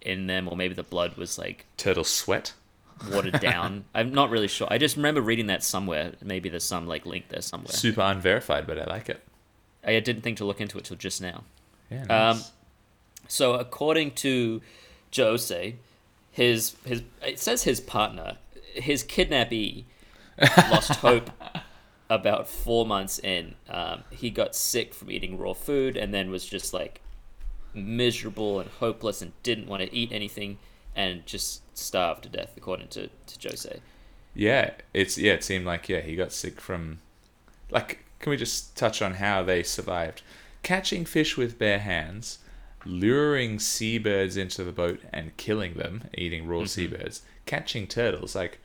Speaker 3: in them, or maybe the blood was like
Speaker 2: Turtle sweat.
Speaker 3: watered down. I'm not really sure. I just remember reading that somewhere. Maybe there's some like link there somewhere.
Speaker 2: Super unverified, but I like it.
Speaker 3: I didn't think to look into it till just now.
Speaker 2: Yeah.
Speaker 3: Um,
Speaker 2: nice.
Speaker 3: So according to Jose, his his it says his partner, his kidnappee, lost hope. About four months in, um, he got sick from eating raw food, and then was just like miserable and hopeless, and didn't want to eat anything, and just starved to death, according to to Jose.
Speaker 2: Yeah, it's yeah. It seemed like yeah, he got sick from. Like, can we just touch on how they survived? Catching fish with bare hands, luring seabirds into the boat and killing them, eating
Speaker 3: Mm-hmm.
Speaker 2: raw seabirds, catching turtles. Like,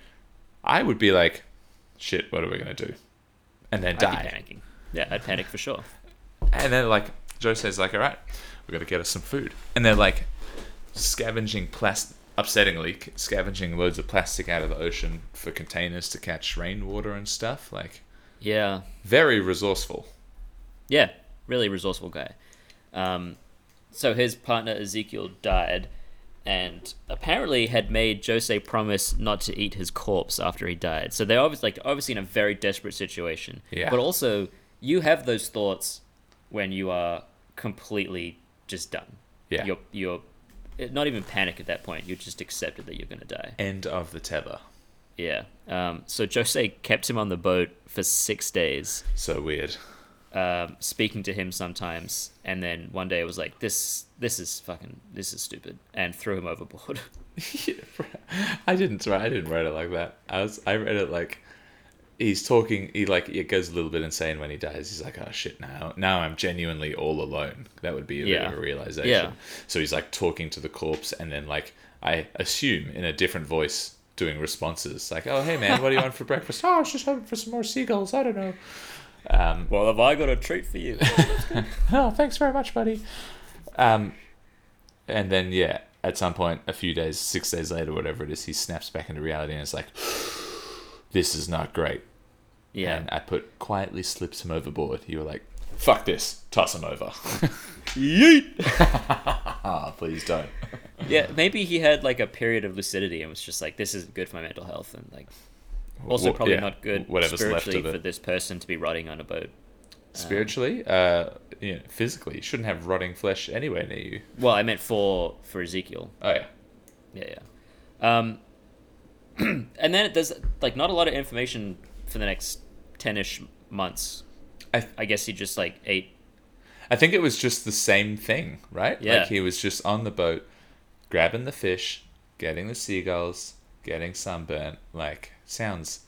Speaker 2: I would be like, shit, what are we gonna do? And then
Speaker 3: I'd be
Speaker 2: die.
Speaker 3: panicking. Yeah, I'd panic for sure.
Speaker 2: And then like Joe says, like, all right, we gotta get us some food. And they're like scavenging plastic, upsettingly c- scavenging loads of plastic out of the ocean for containers to catch rainwater and stuff. Like,
Speaker 3: Yeah.
Speaker 2: very resourceful.
Speaker 3: Yeah, really resourceful guy. Um, so his partner Ezekiel died, and apparently had made Jose promise not to eat his corpse after he died. So they're obviously like obviously in a very desperate situation.
Speaker 2: Yeah.
Speaker 3: But also, you have those thoughts when you are completely just done.
Speaker 2: Yeah.
Speaker 3: You're you're eh, not even panic at that point. You just accepted that you're gonna die.
Speaker 2: End of the tether.
Speaker 3: Yeah. Um, so Jose kept him on the boat for six days.
Speaker 2: So weird.
Speaker 3: um, speaking to him sometimes, and then one day was like, "This, this is fucking, this is stupid," and threw him overboard.
Speaker 2: I didn't write. I didn't write it like that. I was. I read it like he's talking. He like it goes a little bit insane when he dies. He's like, oh shit, now now I'm genuinely all alone. That would be a
Speaker 3: Yeah.
Speaker 2: bit of a realization.
Speaker 3: Yeah.
Speaker 2: So he's like talking to the corpse, and then like I assume in a different voice doing responses like, oh hey man, what do you want for breakfast? Oh, I was just hoping for some more seagulls. I don't know. Um,
Speaker 3: well, have I got a treat for you?
Speaker 2: oh, thanks very much, buddy. Um, and then yeah, at some point, a few days, six days later, whatever it is, he snaps back into reality and it's like, this is not great.
Speaker 3: yeah,
Speaker 2: And I put quietly slips him overboard. You were like, fuck this, toss him over.
Speaker 3: Yeet!
Speaker 2: Ah, please don't.
Speaker 3: yeah. Maybe he had like a period of lucidity and was just like, "This isn't good for my mental health," and like, also
Speaker 2: Wha-
Speaker 3: probably
Speaker 2: yeah,
Speaker 3: not good
Speaker 2: Whatever's left
Speaker 3: spiritually
Speaker 2: of
Speaker 3: for
Speaker 2: it.
Speaker 3: this person to be rotting on a boat.
Speaker 2: Spiritually, uh, you know, physically, you shouldn't have rotting flesh anywhere near you.
Speaker 3: Well, I meant for for Ezekiel.
Speaker 2: Oh yeah,
Speaker 3: Yeah, yeah. Um, and then there's like not a lot of information for the next ten-ish months.
Speaker 2: I-
Speaker 3: I guess he just like ate
Speaker 2: I think it was just the same thing, right?
Speaker 3: Yeah.
Speaker 2: Like he was just on the boat, grabbing the fish, getting the seagulls, getting sunburnt. Like sounds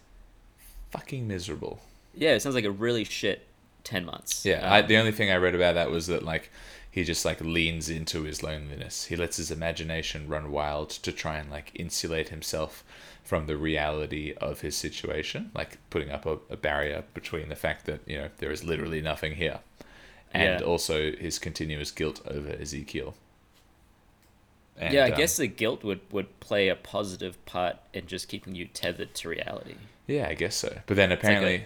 Speaker 2: fucking miserable.
Speaker 3: Yeah, it sounds like a really shit ten months.
Speaker 2: Yeah. I,
Speaker 3: Um,
Speaker 2: the only thing I read about that was that like he just like leans into his loneliness. He lets his imagination run wild to try and like insulate himself from the reality of his situation, like putting up a, a barrier between the fact that you know there is literally nothing here, and
Speaker 3: Yeah.
Speaker 2: also his continuous guilt over Ezekiel. And,
Speaker 3: yeah, I
Speaker 2: um,
Speaker 3: guess the guilt would would play a positive part in just keeping you tethered to reality.
Speaker 2: Yeah, I guess so. But then
Speaker 3: like a-
Speaker 2: apparently,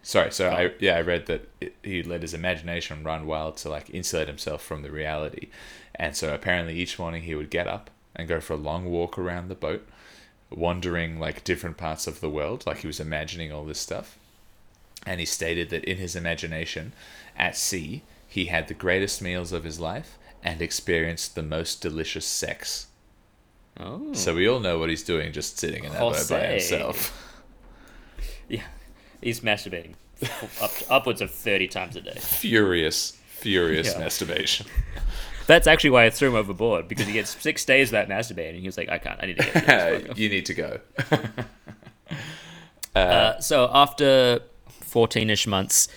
Speaker 2: sorry. So
Speaker 3: Oh.
Speaker 2: I yeah, I read that it, he let his imagination run wild to like insulate himself from the reality, and so apparently each morning he would get up and go for a long walk around the boat, wandering like different parts of the world, like he was imagining all this stuff, and he stated that in his imagination, at sea, he had the greatest meals of his life and experienced the most delicious sex.
Speaker 3: Oh,
Speaker 2: So we all know what he's doing, just sitting in that boat by
Speaker 3: Jose.
Speaker 2: himself.
Speaker 3: yeah, he's masturbating up, upwards of thirty times a day.
Speaker 2: furious, furious
Speaker 3: Yeah.
Speaker 2: masturbation.
Speaker 3: That's actually why I threw him overboard because he gets six days without masturbating. He was like, I can't. I need to get. This fuck off."
Speaker 2: you need to go.
Speaker 3: Uh, so after 14-ish months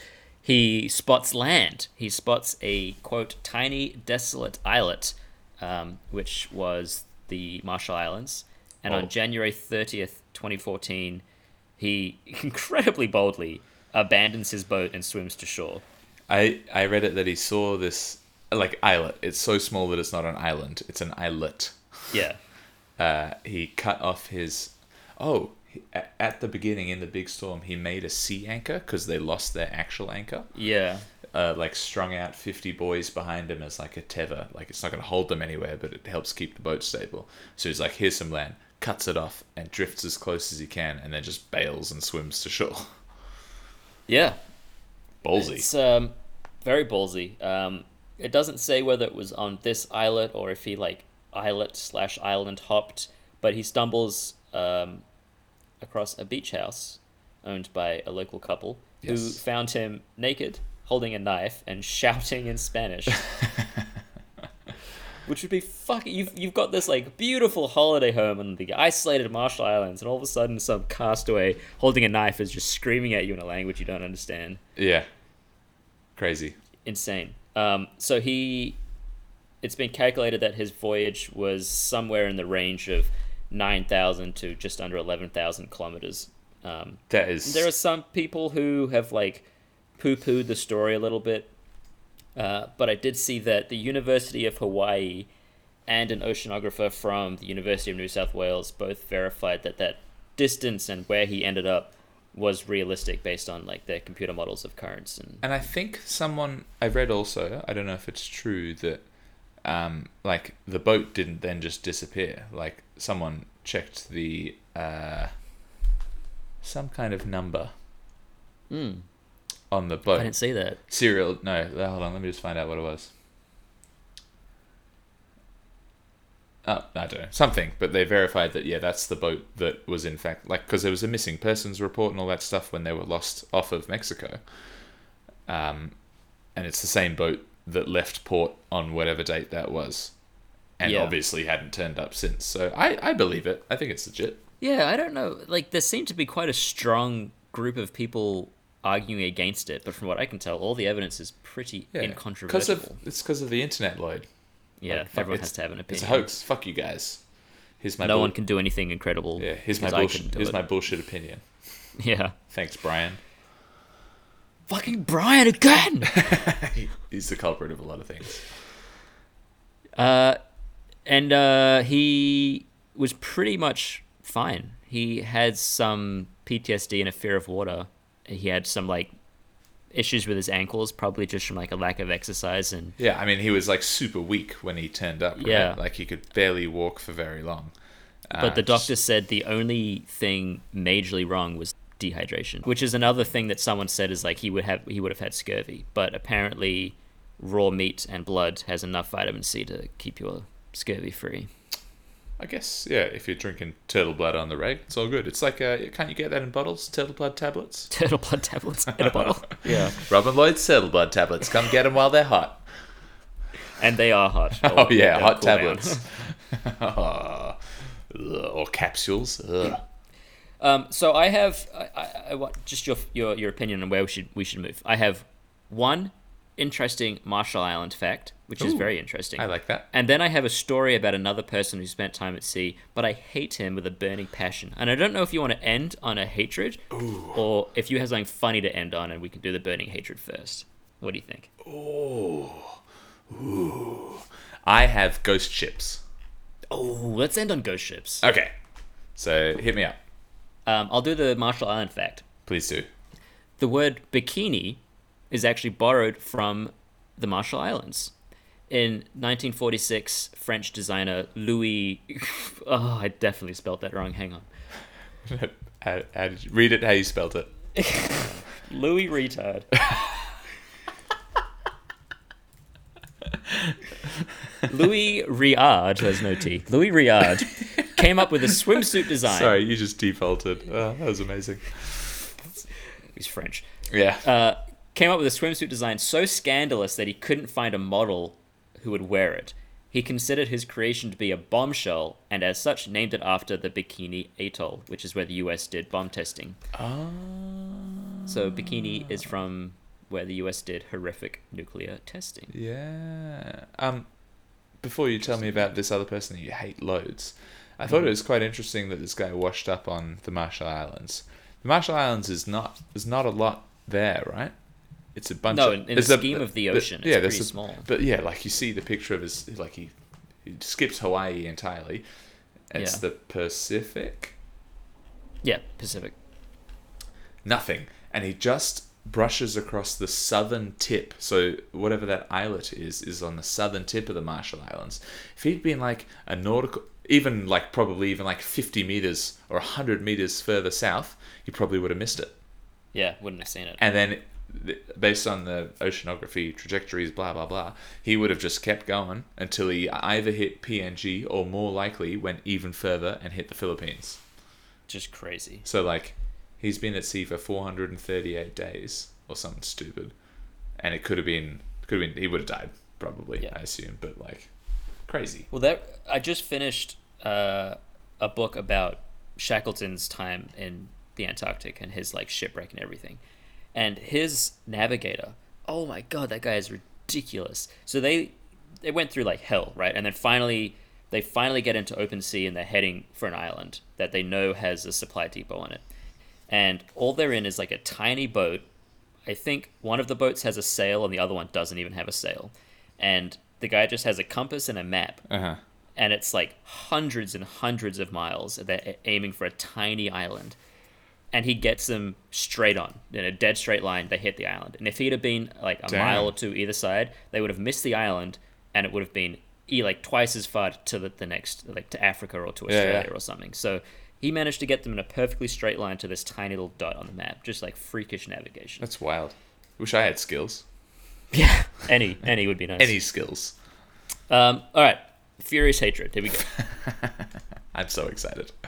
Speaker 3: he spots land he spots a quote tiny desolate islet um, which was the marshall islands and
Speaker 2: Oh.
Speaker 3: on january 30th 2014 he incredibly boldly abandons his boat and swims to shore
Speaker 2: I I read it that he saw this like islet. It's so small that it's not an island. It's an islet.
Speaker 3: yeah
Speaker 2: Uh, he cut off his. Oh, he- a- at the beginning in the big storm, he made a sea anchor because they lost their actual anchor.
Speaker 3: yeah
Speaker 2: Uh, like strung out fifty boys behind him as like a tether. Like it's not going to hold them anywhere, but it helps keep the boat stable. So he's like, "Here's some land." Cuts it off and drifts as close as he can, and then just bails and swims to shore.
Speaker 3: yeah
Speaker 2: Ballsy.
Speaker 3: It's um, very ballsy. Um, it doesn't say whether it was on this islet or if he like islet slash island hopped, but he stumbles um, across a beach house owned by a local couple who
Speaker 2: Yes.
Speaker 3: found him naked, holding a knife, and shouting in Spanish. Which would be fucking. You've, you've got this like beautiful holiday home in the isolated Marshall Islands, and all of a sudden, some castaway holding a knife is just screaming at you in a language you don't understand
Speaker 2: Yeah. Crazy.
Speaker 3: insane. Um, so he, it's been calculated that his voyage was somewhere in the range of nine thousand to just under eleven thousand kilometers. Um,
Speaker 2: That is.
Speaker 3: there are some people who have like poo-pooed the story a little bit, uh, but I did see that the University of Hawaii and an oceanographer from the University of New South Wales both verified that that distance and where he ended up was realistic based on like their computer models of currents and
Speaker 2: And I think someone I read also, I don't know if it's true that um like the boat didn't then just disappear. Like someone checked the uh some kind of number on the
Speaker 3: I
Speaker 2: boat.
Speaker 3: didn't see that.
Speaker 2: Serial no, hold on, let me just find out what it was. Oh, I don't know. Something, but they verified that, yeah, that's the boat that was in fact, like, because there was a missing persons report and all that stuff when they were lost off of Mexico. Um, and it's the same boat that left port on whatever date that was. And
Speaker 3: Yeah.
Speaker 2: obviously hadn't turned up since. So I, I believe it. I think it's legit.
Speaker 3: Yeah, I don't know. Like, there seemed to be quite a strong group of people arguing against it, but from what I can tell, all the evidence is pretty
Speaker 2: Yeah. 'Cause
Speaker 3: incontrovertible.
Speaker 2: of, it's because of the internet, Lloyd.
Speaker 3: yeah,
Speaker 2: fuck,
Speaker 3: everyone
Speaker 2: it's-
Speaker 3: has to have an opinion.
Speaker 2: It's a hoax. Fuck you guys. Here's my
Speaker 3: No
Speaker 2: bull-
Speaker 3: one can do anything incredible.
Speaker 2: Yeah, here's my
Speaker 3: because I couldn't
Speaker 2: bullshit.
Speaker 3: do
Speaker 2: Here's
Speaker 3: it.
Speaker 2: my bullshit opinion.
Speaker 3: Yeah.
Speaker 2: Thanks, Brian.
Speaker 3: Fucking Brian again!
Speaker 2: He's the culprit of a lot of things.
Speaker 3: and uh, he was pretty much fine. He had some PTSD and a fear of water. He had some, like, issues with his ankles, probably just from, like, a lack of exercise and
Speaker 2: Yeah, I mean, he was like super weak when he turned up. right?
Speaker 3: Yeah.
Speaker 2: like he could barely walk for very long.
Speaker 3: But the doctor said the only thing majorly wrong was dehydration, which is another thing that someone said is like he would have he would have had scurvy, but apparently raw meat and blood has enough vitamin C to keep you scurvy free.
Speaker 2: I guess, yeah, if you're drinking turtle blood on the reg, it's all good. It's like, uh, can't you get that in bottles? Turtle blood tablets?
Speaker 3: Turtle blood tablets in a bottle. Yeah.
Speaker 2: Robin Lloyd's turtle blood tablets. Come get them while they're hot.
Speaker 3: And they are hot.
Speaker 2: Oh, yeah,
Speaker 3: Don't
Speaker 2: hot
Speaker 3: cool down.
Speaker 2: tablets. Ugh, or capsules. Ugh.
Speaker 3: Um, so I have I, I, I want just your, your your opinion on where we should we should move. I have one interesting Marshall Island fact, which is
Speaker 2: Ooh,
Speaker 3: very interesting.
Speaker 2: I like that.
Speaker 3: And then I have a story about another person who spent time at sea, but I hate him with a burning passion. And I don't know if you want to end on a hatred or if you have something funny to end on and we can do the burning hatred first. What do you think?
Speaker 2: I have ghost ships.
Speaker 3: Oh, let's end on ghost ships.
Speaker 2: Okay, so hit me up.
Speaker 3: Um, I'll do the Marshall Island fact.
Speaker 2: Please do.
Speaker 3: The word bikini is actually borrowed from the Marshall Islands. In 1946, French designer Louis. Oh, I definitely spelled that wrong. Hang on.
Speaker 2: How, how did you, read it how you spelled it.
Speaker 3: Louis retard. Louis Riard, there's no T. Louis Riard came up with a swimsuit design.
Speaker 2: Sorry, you just defaulted. Oh, that was amazing.
Speaker 3: He's French.
Speaker 2: Yeah.
Speaker 3: Uh, came up with a swimsuit design so scandalous that he couldn't find a model who would wear it. He considered his creation to be a bombshell and, as such, named it after the Bikini Atoll, which is where the US did bomb testing.
Speaker 2: Ah,
Speaker 3: So, Bikini is from where the US did horrific nuclear testing.
Speaker 2: yeah. Um, before you tell me about this other person that you hate loads, I thought it was quite interesting that this guy washed up on the Marshall Islands. The Marshall Islands is not there's not a lot there, right? It's a bunch.
Speaker 3: No,
Speaker 2: of,
Speaker 3: in- in the
Speaker 2: there's
Speaker 3: scheme of the
Speaker 2: but-
Speaker 3: ocean, it's
Speaker 2: there's
Speaker 3: pretty
Speaker 2: a-
Speaker 3: small.
Speaker 2: But yeah, like you see the picture of his, like he, he skips Hawaii entirely. It's
Speaker 3: Yeah.
Speaker 2: the Pacific.
Speaker 3: Yeah, Pacific.
Speaker 2: nothing. And he just brushes across the southern tip. So whatever that islet is, is on the southern tip of the Marshall Islands. If he'd been like a nautical, even like probably even like 50 meters or 100 meters further south, he probably would have missed it.
Speaker 3: Yeah, wouldn't have seen it.
Speaker 2: And then th- based on the oceanography trajectories, blah blah blah, he would have just kept going until he either hit PNG or more likely went even further and hit the Philippines.
Speaker 3: Just crazy.
Speaker 2: So like, he's been at sea for 438 days or something stupid, and it could have been could have been he would have died probably
Speaker 3: Yeah.
Speaker 2: I assume, but like, crazy.
Speaker 3: Well, that I just finished uh, a book about Shackleton's time in the Antarctic and his like shipwreck and everything, and his navigator. Oh my god, that guy is ridiculous. So they they went through like hell, right? And then finally they finally get into open sea and they're heading for an island that they know has a supply depot on it, and all they're in is like a tiny boat I think one of the boats has a sail and the other one doesn't even have a sail. And the guy just has a compass and a map.
Speaker 2: Uh-huh.
Speaker 3: And it's like hundreds and hundreds of miles. and They're a- aiming for a tiny island. And he gets them straight on in a dead straight line. They hit the island. And if he'd have been like a
Speaker 2: Damn.
Speaker 3: mile or two either side, they would have missed the island and it would have been e like twice as far to the, the next, like to Africa or to
Speaker 2: yeah.
Speaker 3: Australia or something. So he managed to get them in a perfectly straight line to this tiny little dot on the map. Just like freakish navigation.
Speaker 2: That's wild. Wish I had skills.
Speaker 3: Yeah, any any would be nice.
Speaker 2: Any skills.
Speaker 3: Um, all right, furious hatred. Here we go.
Speaker 2: I'm so excited.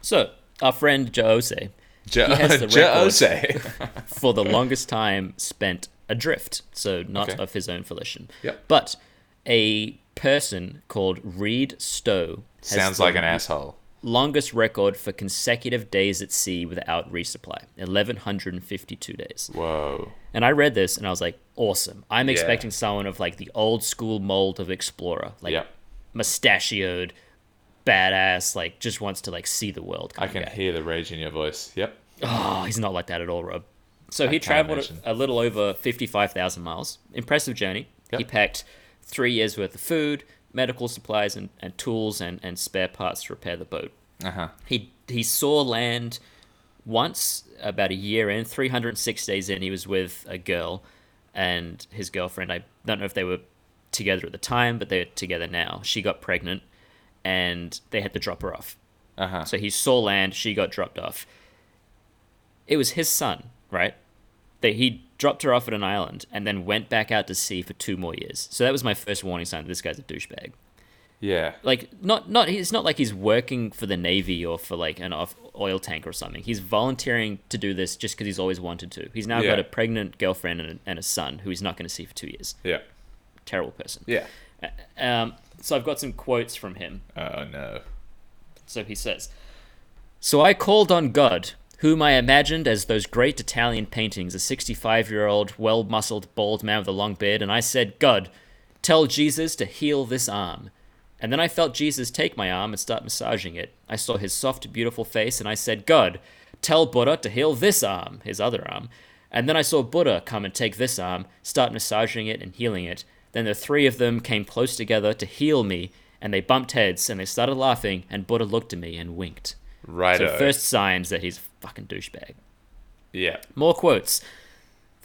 Speaker 3: So our friend Jaose,
Speaker 2: Jo-
Speaker 3: has the
Speaker 2: Jose.
Speaker 3: for the longest time, spent adrift, so not
Speaker 2: Okay.
Speaker 3: of his own volition.
Speaker 2: Yep.
Speaker 3: But a person called Reed Stowe has
Speaker 2: Sounds
Speaker 3: the
Speaker 2: like an asshole.
Speaker 3: Longest record for consecutive days at sea without resupply, eleven hundred and fifty-two days.
Speaker 2: Whoa.
Speaker 3: And I read this and I was like, awesome. I'm
Speaker 2: Yeah.
Speaker 3: expecting someone of like the old school mold of explorer, like
Speaker 2: Yep.
Speaker 3: mustachioed, badass, like just wants to like see the world.
Speaker 2: I
Speaker 3: Kind
Speaker 2: can
Speaker 3: of guy.
Speaker 2: hear the rage in your voice. Yep.
Speaker 3: Oh, he's not like that at all, Rob. So he
Speaker 2: can't
Speaker 3: traveled
Speaker 2: imagine.
Speaker 3: a little over fifty-five thousand miles. Impressive journey. He
Speaker 2: Yep.
Speaker 3: packed three years worth of food, medical supplies, and, and tools and, and spare parts to repair the boat.
Speaker 2: Uh huh.
Speaker 3: He he saw land once about a year in, 306 days in. He was with a girl and his girlfriend. I don't know if they were together at the time, but they're together now. She got pregnant and they had to drop her off.
Speaker 2: Uh huh.
Speaker 3: So he saw land, she got dropped off. It was his son, right? That he dropped her off at an island and then went back out to sea for two more years. So that was my first warning sign that this guy's a douchebag
Speaker 2: Yeah.
Speaker 3: like not not it's not like he's working for the navy or for like an off oil tank or something. He's volunteering to do this just because he's always wanted to. He's now
Speaker 2: Yeah.
Speaker 3: got a pregnant girlfriend and a, and a son who he's not going to see for two years.
Speaker 2: Yeah.
Speaker 3: Terrible person.
Speaker 2: Yeah.
Speaker 3: Um, so I've got some quotes from him.
Speaker 2: Oh no.
Speaker 3: So he says, So I called on God, whom I imagined as those great Italian paintings, a 65 year old, well muscled, bald man with a long beard, and I said, God, tell Jesus to heal this arm. And then I felt Jesus take my arm and start massaging it. I saw his soft, beautiful face, and I said, God, tell Buddha to heal this arm, his other arm. And then I saw Buddha come and take this arm, start massaging it and healing it. Then the three of them came close together to heal me, and they bumped heads and they started laughing, and Buddha looked at me and winked.
Speaker 2: Righto.
Speaker 3: So first signs that he's a fucking douchebag.
Speaker 2: Yeah.
Speaker 3: More quotes.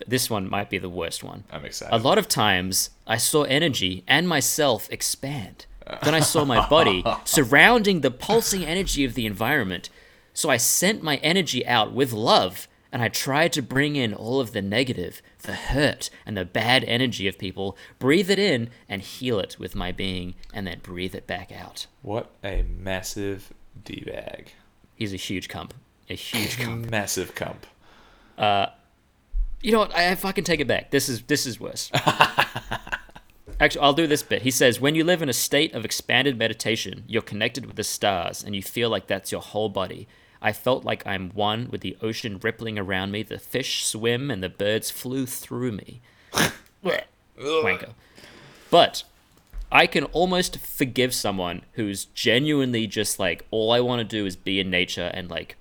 Speaker 3: This one might be the worst one.
Speaker 2: I'm
Speaker 3: A
Speaker 2: excited.
Speaker 3: lot of times, I saw energy and myself expand. Then I saw my body surrounding the pulsing energy of the environment. So I sent my energy out with love, and I tried to bring in all of the negative, the hurt, and the bad energy of people, breathe it in, and heal it with my being, and then breathe it back out.
Speaker 2: what a massive d bag.
Speaker 3: He's a huge cump. A huge cump.
Speaker 2: Massive cump.
Speaker 3: You know what? I, I fucking take it back. This is this is worse. Actually, I'll do this bit. He says, "When you live in a state of expanded meditation, you're connected with the stars, and you feel like that's your whole body. I felt like I'm one with the ocean rippling around me. The fish swim, and the birds flew through me." Wanker. But I can almost forgive someone who's genuinely just like, all I want to do is be in nature and like,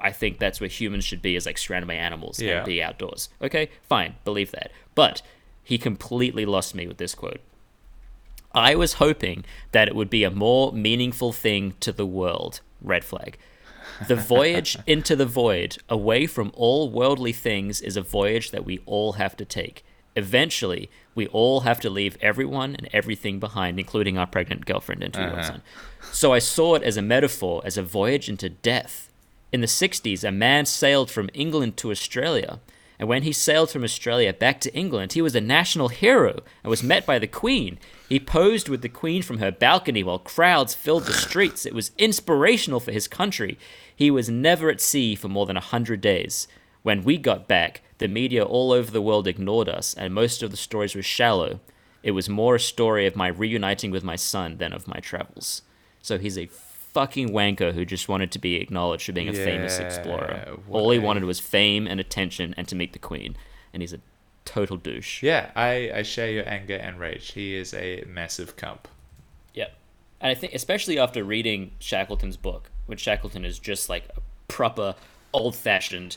Speaker 3: I think that's where humans should be is like surrounded by animals
Speaker 2: Yeah.
Speaker 3: and be outdoors. Okay, fine, believe that. But he completely lost me with this quote. I was hoping that it would be a more meaningful thing to the world. Red flag. The voyage into the void, away from all worldly things, is a voyage that we all have to take. Eventually, we all have to leave everyone and everything behind, including our pregnant girlfriend and 2 year old son. So I saw it as a metaphor, as a voyage into death. In the 60s, a man sailed from England to Australia And when he sailed from Australia back to England, he was a national hero and was met by the Queen. He posed with the Queen from her balcony while crowds filled the streets. It was inspirational for his country. He was never at sea for more than a 100 days. When we got back, the media all over the world ignored us, and most of the stories were shallow. It was more a story of my reuniting with my son than of my travels. So he's a fucking wanker who just wanted to be acknowledged for being a famous
Speaker 2: Yeah,
Speaker 3: explorer.
Speaker 2: what
Speaker 3: All he
Speaker 2: a-
Speaker 3: wanted was fame and attention and to meet the queen. And he's a total douche.
Speaker 2: Yeah, I, I share your anger and rage. He is a massive cump.
Speaker 3: Yeah. And I think, especially after reading Shackleton's book, when Shackleton is just like a proper old fashioned,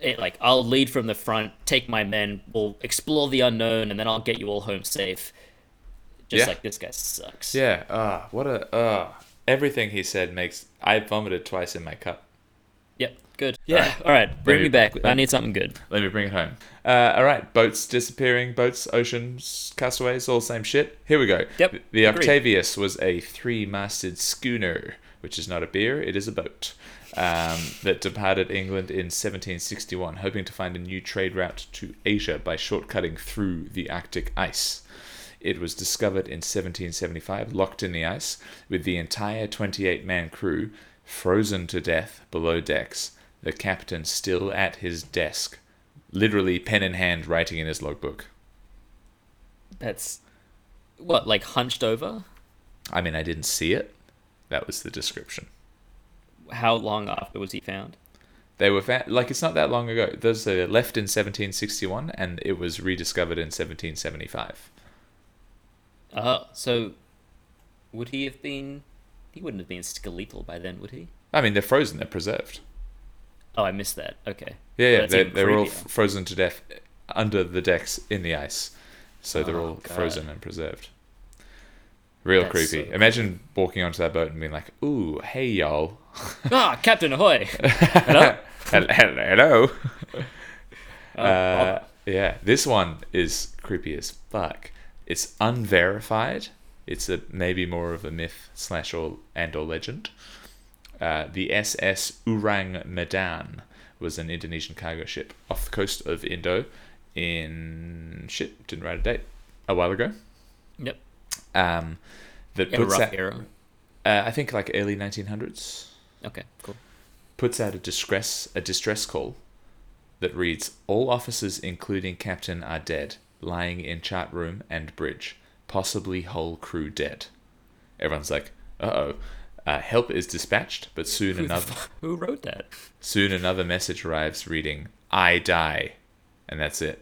Speaker 3: it, like, I'll lead from the front, take my men, we'll explore the unknown, and then I'll get you all home safe. Just
Speaker 2: Yeah.
Speaker 3: like this guy sucks.
Speaker 2: Yeah, ah, what a ah. Everything he said makes I vomited twice in my cup.
Speaker 3: Yep. Good. Yeah. All right. Bring
Speaker 2: Bring
Speaker 3: me
Speaker 2: it-
Speaker 3: back. I need something good.
Speaker 2: Let me bring it home. Uh, all right, boats disappearing, boats, oceans, castaways, all the same shit. Here we go.
Speaker 3: Yep,
Speaker 2: The
Speaker 3: agreed.
Speaker 2: Octavius was a three-masted schooner, which is not a beer, it is a boat, um, that departed England in 1761, hoping to find a new trade route to Asia by shortcutting through the Arctic ice. It was discovered in 1775, locked in the ice, with the entire 28 man crew frozen to death below decks, the captain still at his desk, literally pen in hand writing in his logbook.
Speaker 3: That's what, like hunched over?
Speaker 2: I mean, I didn't see it. That was the description.
Speaker 3: How long after was he found?
Speaker 2: They were fa- like it's not that long ago. Those are left in 1761, and it was rediscovered in 1775.
Speaker 3: Uh, so would he have been? He wouldn't have been skeletal by then, would he?
Speaker 2: I mean, they're frozen. They're preserved.
Speaker 3: Oh, I missed that. Okay.
Speaker 2: Yeah, yeah,
Speaker 3: Well, that's
Speaker 2: they,
Speaker 3: even
Speaker 2: they're all
Speaker 3: creepier.
Speaker 2: f- frozen to death uh, under the decks in the ice. So they're
Speaker 3: Oh,
Speaker 2: all
Speaker 3: God.
Speaker 2: frozen and preserved. Real
Speaker 3: That's so
Speaker 2: creepy.
Speaker 3: cool.
Speaker 2: Imagine walking onto that boat and being like, ooh, hey, y'all.
Speaker 3: ah, Captain Ahoy! Hello.
Speaker 2: Hel- hel- Hello.
Speaker 3: Oh,
Speaker 2: Uh, yeah, this one is creepy as fuck. It's unverified. It's a maybe more of a myth slash or and or legend. Uh, the SS Urang Medan was an Indonesian cargo ship off the coast of Indo in shit didn't write a date a while ago.
Speaker 3: yep.
Speaker 2: Um, that
Speaker 3: Yeah,
Speaker 2: puts
Speaker 3: rough
Speaker 2: out,
Speaker 3: era.
Speaker 2: uh, I think like early 1900s
Speaker 3: Okay. Cool.
Speaker 2: puts out a distress a distress call that reads all officers including captain are dead lying in chart room and bridge possibly whole crew dead everyone's like uh-oh uh, help is dispatched but soon
Speaker 3: Who, the
Speaker 2: another
Speaker 3: fu- who wrote that?
Speaker 2: soon another message arrives reading i die and that's it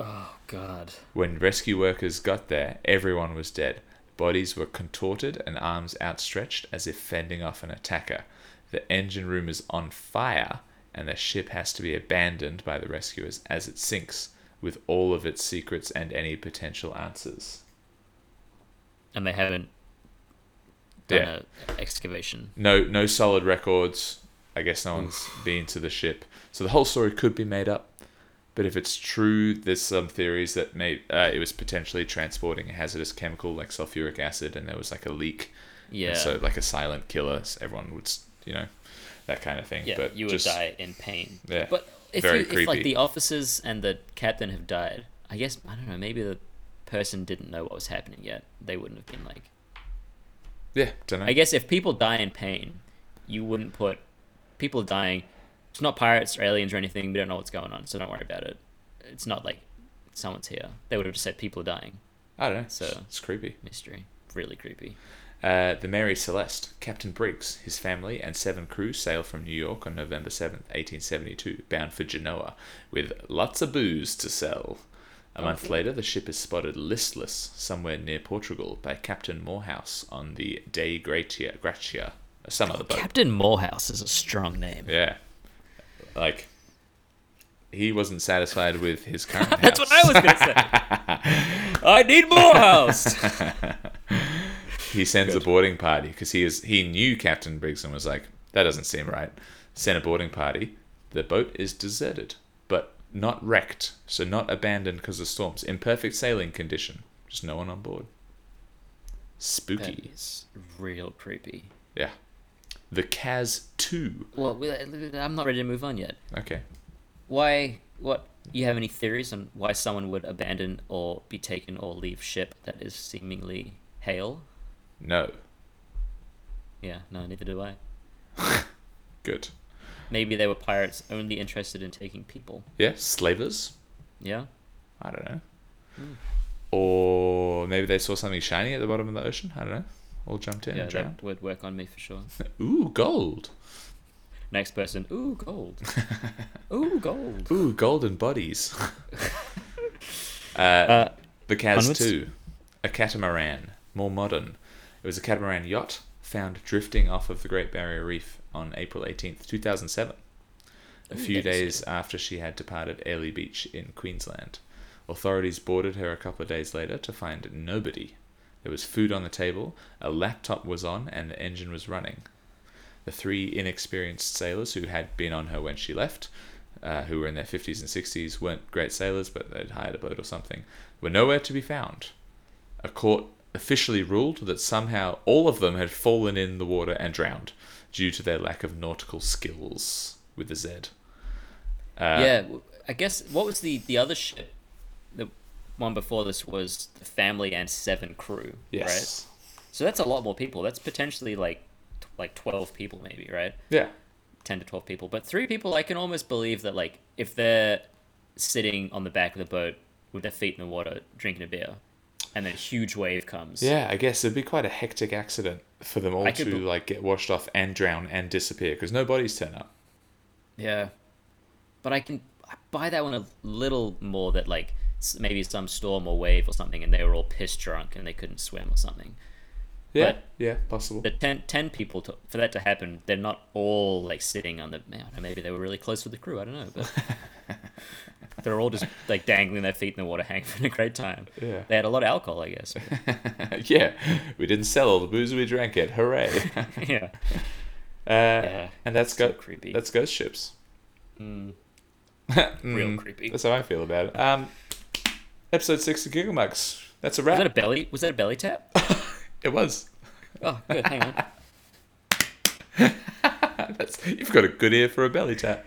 Speaker 3: Oh God.
Speaker 2: when rescue workers got there everyone was dead bodies were contorted and arms outstretched as if fending off an attacker the engine room is on fire and the ship has to be abandoned by the rescuers as it sinks with all of its secrets and any potential answers.
Speaker 3: And they haven't done
Speaker 2: Yeah.
Speaker 3: a excavation.
Speaker 2: No no solid records. I guess no one's been to the ship. So the whole story could be made up. But if it's true, there's some theories that may uh, it was potentially transporting a hazardous chemical like sulfuric acid and there was like a leak.
Speaker 3: Yeah.
Speaker 2: And so like a silent killer, so everyone would, s- you know, that kind of thing.
Speaker 3: yeah.
Speaker 2: but
Speaker 3: you would
Speaker 2: just,
Speaker 3: die in pain.
Speaker 2: Yeah,
Speaker 3: But if
Speaker 2: very
Speaker 3: you, if like
Speaker 2: creepy.
Speaker 3: the officers and the captain have died, I guess I don't know. Maybe the person didn't know what was happening yet. They wouldn't have been like.
Speaker 2: Yeah, don't know.
Speaker 3: I guess if people die in pain, you wouldn't put people dying. It's not pirates or aliens or anything. We don't know what's going on, so don't worry about it. It's not like someone's here. They would have just said people are dying.
Speaker 2: I don't know.
Speaker 3: So-
Speaker 2: it's creepy.
Speaker 3: Mystery. Really creepy.
Speaker 2: Uh, the Mary Celeste, Captain Briggs, his family, and seven crew sailed from New York on November seventh, 1872, bound for Genoa, with lots of booze to sell. A month later, the ship is spotted listless somewhere near Portugal by Captain Morehouse on the De Gratia, Gratia uh, some other boat.
Speaker 3: Captain Morehouse is a strong name.
Speaker 2: Yeah. Like, he wasn't satisfied with his current house.
Speaker 3: That's what I was gonna say. I need Morehouse.
Speaker 2: he sends a boarding party because he is he knew Captain Briggs and was like, that doesn't seem right. Send a boarding party. The boat is deserted, but not wrecked, so not abandoned because of storms. In perfect sailing condition, just no one on board.
Speaker 3: that
Speaker 2: Spooky,
Speaker 3: is real creepy.
Speaker 2: yeah. The Kaz Two.
Speaker 3: Well, we- I'm not ready to move on yet.
Speaker 2: Okay,
Speaker 3: Why? What? You have any theories on why someone would abandon or be taken or leave ship that is seemingly hail?
Speaker 2: No.
Speaker 3: Yeah, no, neither do I.
Speaker 2: Good.
Speaker 3: Maybe they were pirates only interested in taking people.
Speaker 2: Yeah, slavers?
Speaker 3: Yeah?
Speaker 2: I don't know. Or maybe they saw something shiny at the bottom of the ocean? I don't know. All jumped in
Speaker 3: Yeah,
Speaker 2: and drowned.
Speaker 3: that would work on me for sure.
Speaker 2: Ooh, gold.
Speaker 3: Next person. Ooh, gold. Ooh, gold.
Speaker 2: Ooh, golden bodies. uh, the Kaz
Speaker 3: onwards.
Speaker 2: 2, a catamaran, more modern. It was a catamaran yacht found drifting off of the Great Barrier Reef on April 18th, 2007, a few
Speaker 3: that is
Speaker 2: days after she had departed Airlie Beach in Queensland. Authorities boarded her a couple of days later to find nobody. There was food on the table, a laptop was on, and the engine was running. The three inexperienced sailors who had been on her when she left, uh, who were in their 50s and 60s, weren't great sailors, but they'd hired a boat or something, were nowhere to be found. A court officially ruled that somehow all of them had fallen in the water and drowned due to their lack of nautical skills with a Z.
Speaker 3: yeah, w- I guess what was the the other ship? The one before this was the family and seven crew.
Speaker 2: Yes.
Speaker 3: Right. So that's a lot more people. That's potentially like t- like twelve people, maybe right?
Speaker 2: Yeah.
Speaker 3: Ten to twelve people. But three people, I can almost believe that like if they're sitting on the back of the boat with their feet in the water drinking a beer, and then a huge wave comes.
Speaker 2: Yeah, I guess it'd be quite a hectic accident for them all
Speaker 3: I
Speaker 2: to
Speaker 3: could bel-
Speaker 2: like get washed off and drown and disappear because no bodies turn up.
Speaker 3: Yeah. But I can I buy that one a little more that like s- maybe some storm or wave or something and they were all piss drunk and they couldn't swim or something.
Speaker 2: Yeah,
Speaker 3: But-
Speaker 2: yeah, possible.
Speaker 3: The 10, 10 people to, for that to happen, they're not all like sitting on the man. Maybe they were really close with the crew. I don't know, but they're all just like dangling their feet in the water, having a great time.
Speaker 2: Yeah.
Speaker 3: They had a lot of alcohol, I guess.
Speaker 2: yeah, we didn't sell all the booze we drank it. Hooray! uh,
Speaker 3: yeah. Yeah.
Speaker 2: and that's
Speaker 3: so
Speaker 2: go-
Speaker 3: creepy.
Speaker 2: That's ghost ships.
Speaker 3: Real
Speaker 2: Mm,
Speaker 3: creepy.
Speaker 2: That's how I feel about it. Um, episode six of Gigamucks. That's a wrap.
Speaker 3: Was that a belly? Was that a belly tap?
Speaker 2: it was.
Speaker 3: Oh, good. Hang on.
Speaker 2: That's you've got a good ear for a belly tap.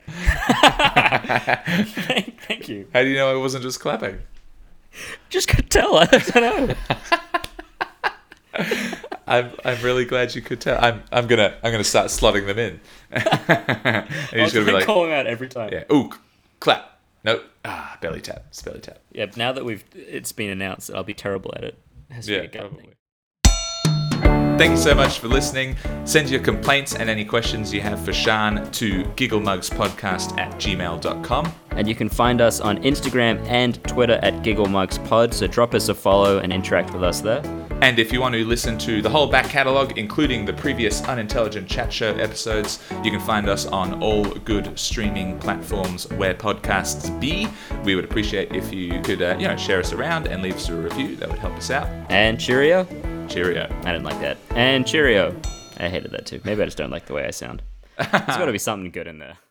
Speaker 3: thank, thank you.
Speaker 2: How do you know I wasn't just clapping?
Speaker 3: Just could tell. I don't know.
Speaker 2: I'm I'm really glad you could tell. I'm I'm gonna I'm gonna start slotting them in. and
Speaker 3: I
Speaker 2: you're just
Speaker 3: was
Speaker 2: gonna be
Speaker 3: gonna
Speaker 2: like,
Speaker 3: call him out every time.
Speaker 2: yeah, ooh, clap. No, ah, belly tap. It's belly tap.
Speaker 3: Yeah, but now that we've it's been announced, I'll be terrible at it. It has to be
Speaker 2: Yeah,
Speaker 3: a gut thing.
Speaker 2: probably. Thank you so much for listening. Send your complaints and any questions you have for Shan to gigglemugspodcast at gmail.com.
Speaker 3: And you can find us on Instagram and Twitter at GiggleMugsPod, so drop us a follow and interact with us there.
Speaker 2: And if you want to listen to the whole back catalogue, including the previous Unintelligent Chat Show episodes, you can find us on all good streaming platforms where podcasts be. We would appreciate if you could, uh, you know, share us around and leave us a review. That would help us out.
Speaker 3: And cheerio.
Speaker 2: Cheerio.
Speaker 3: I didn't like that. And cheerio. I hated that too. Maybe I just don't like the way I sound. There's got to be something good in there.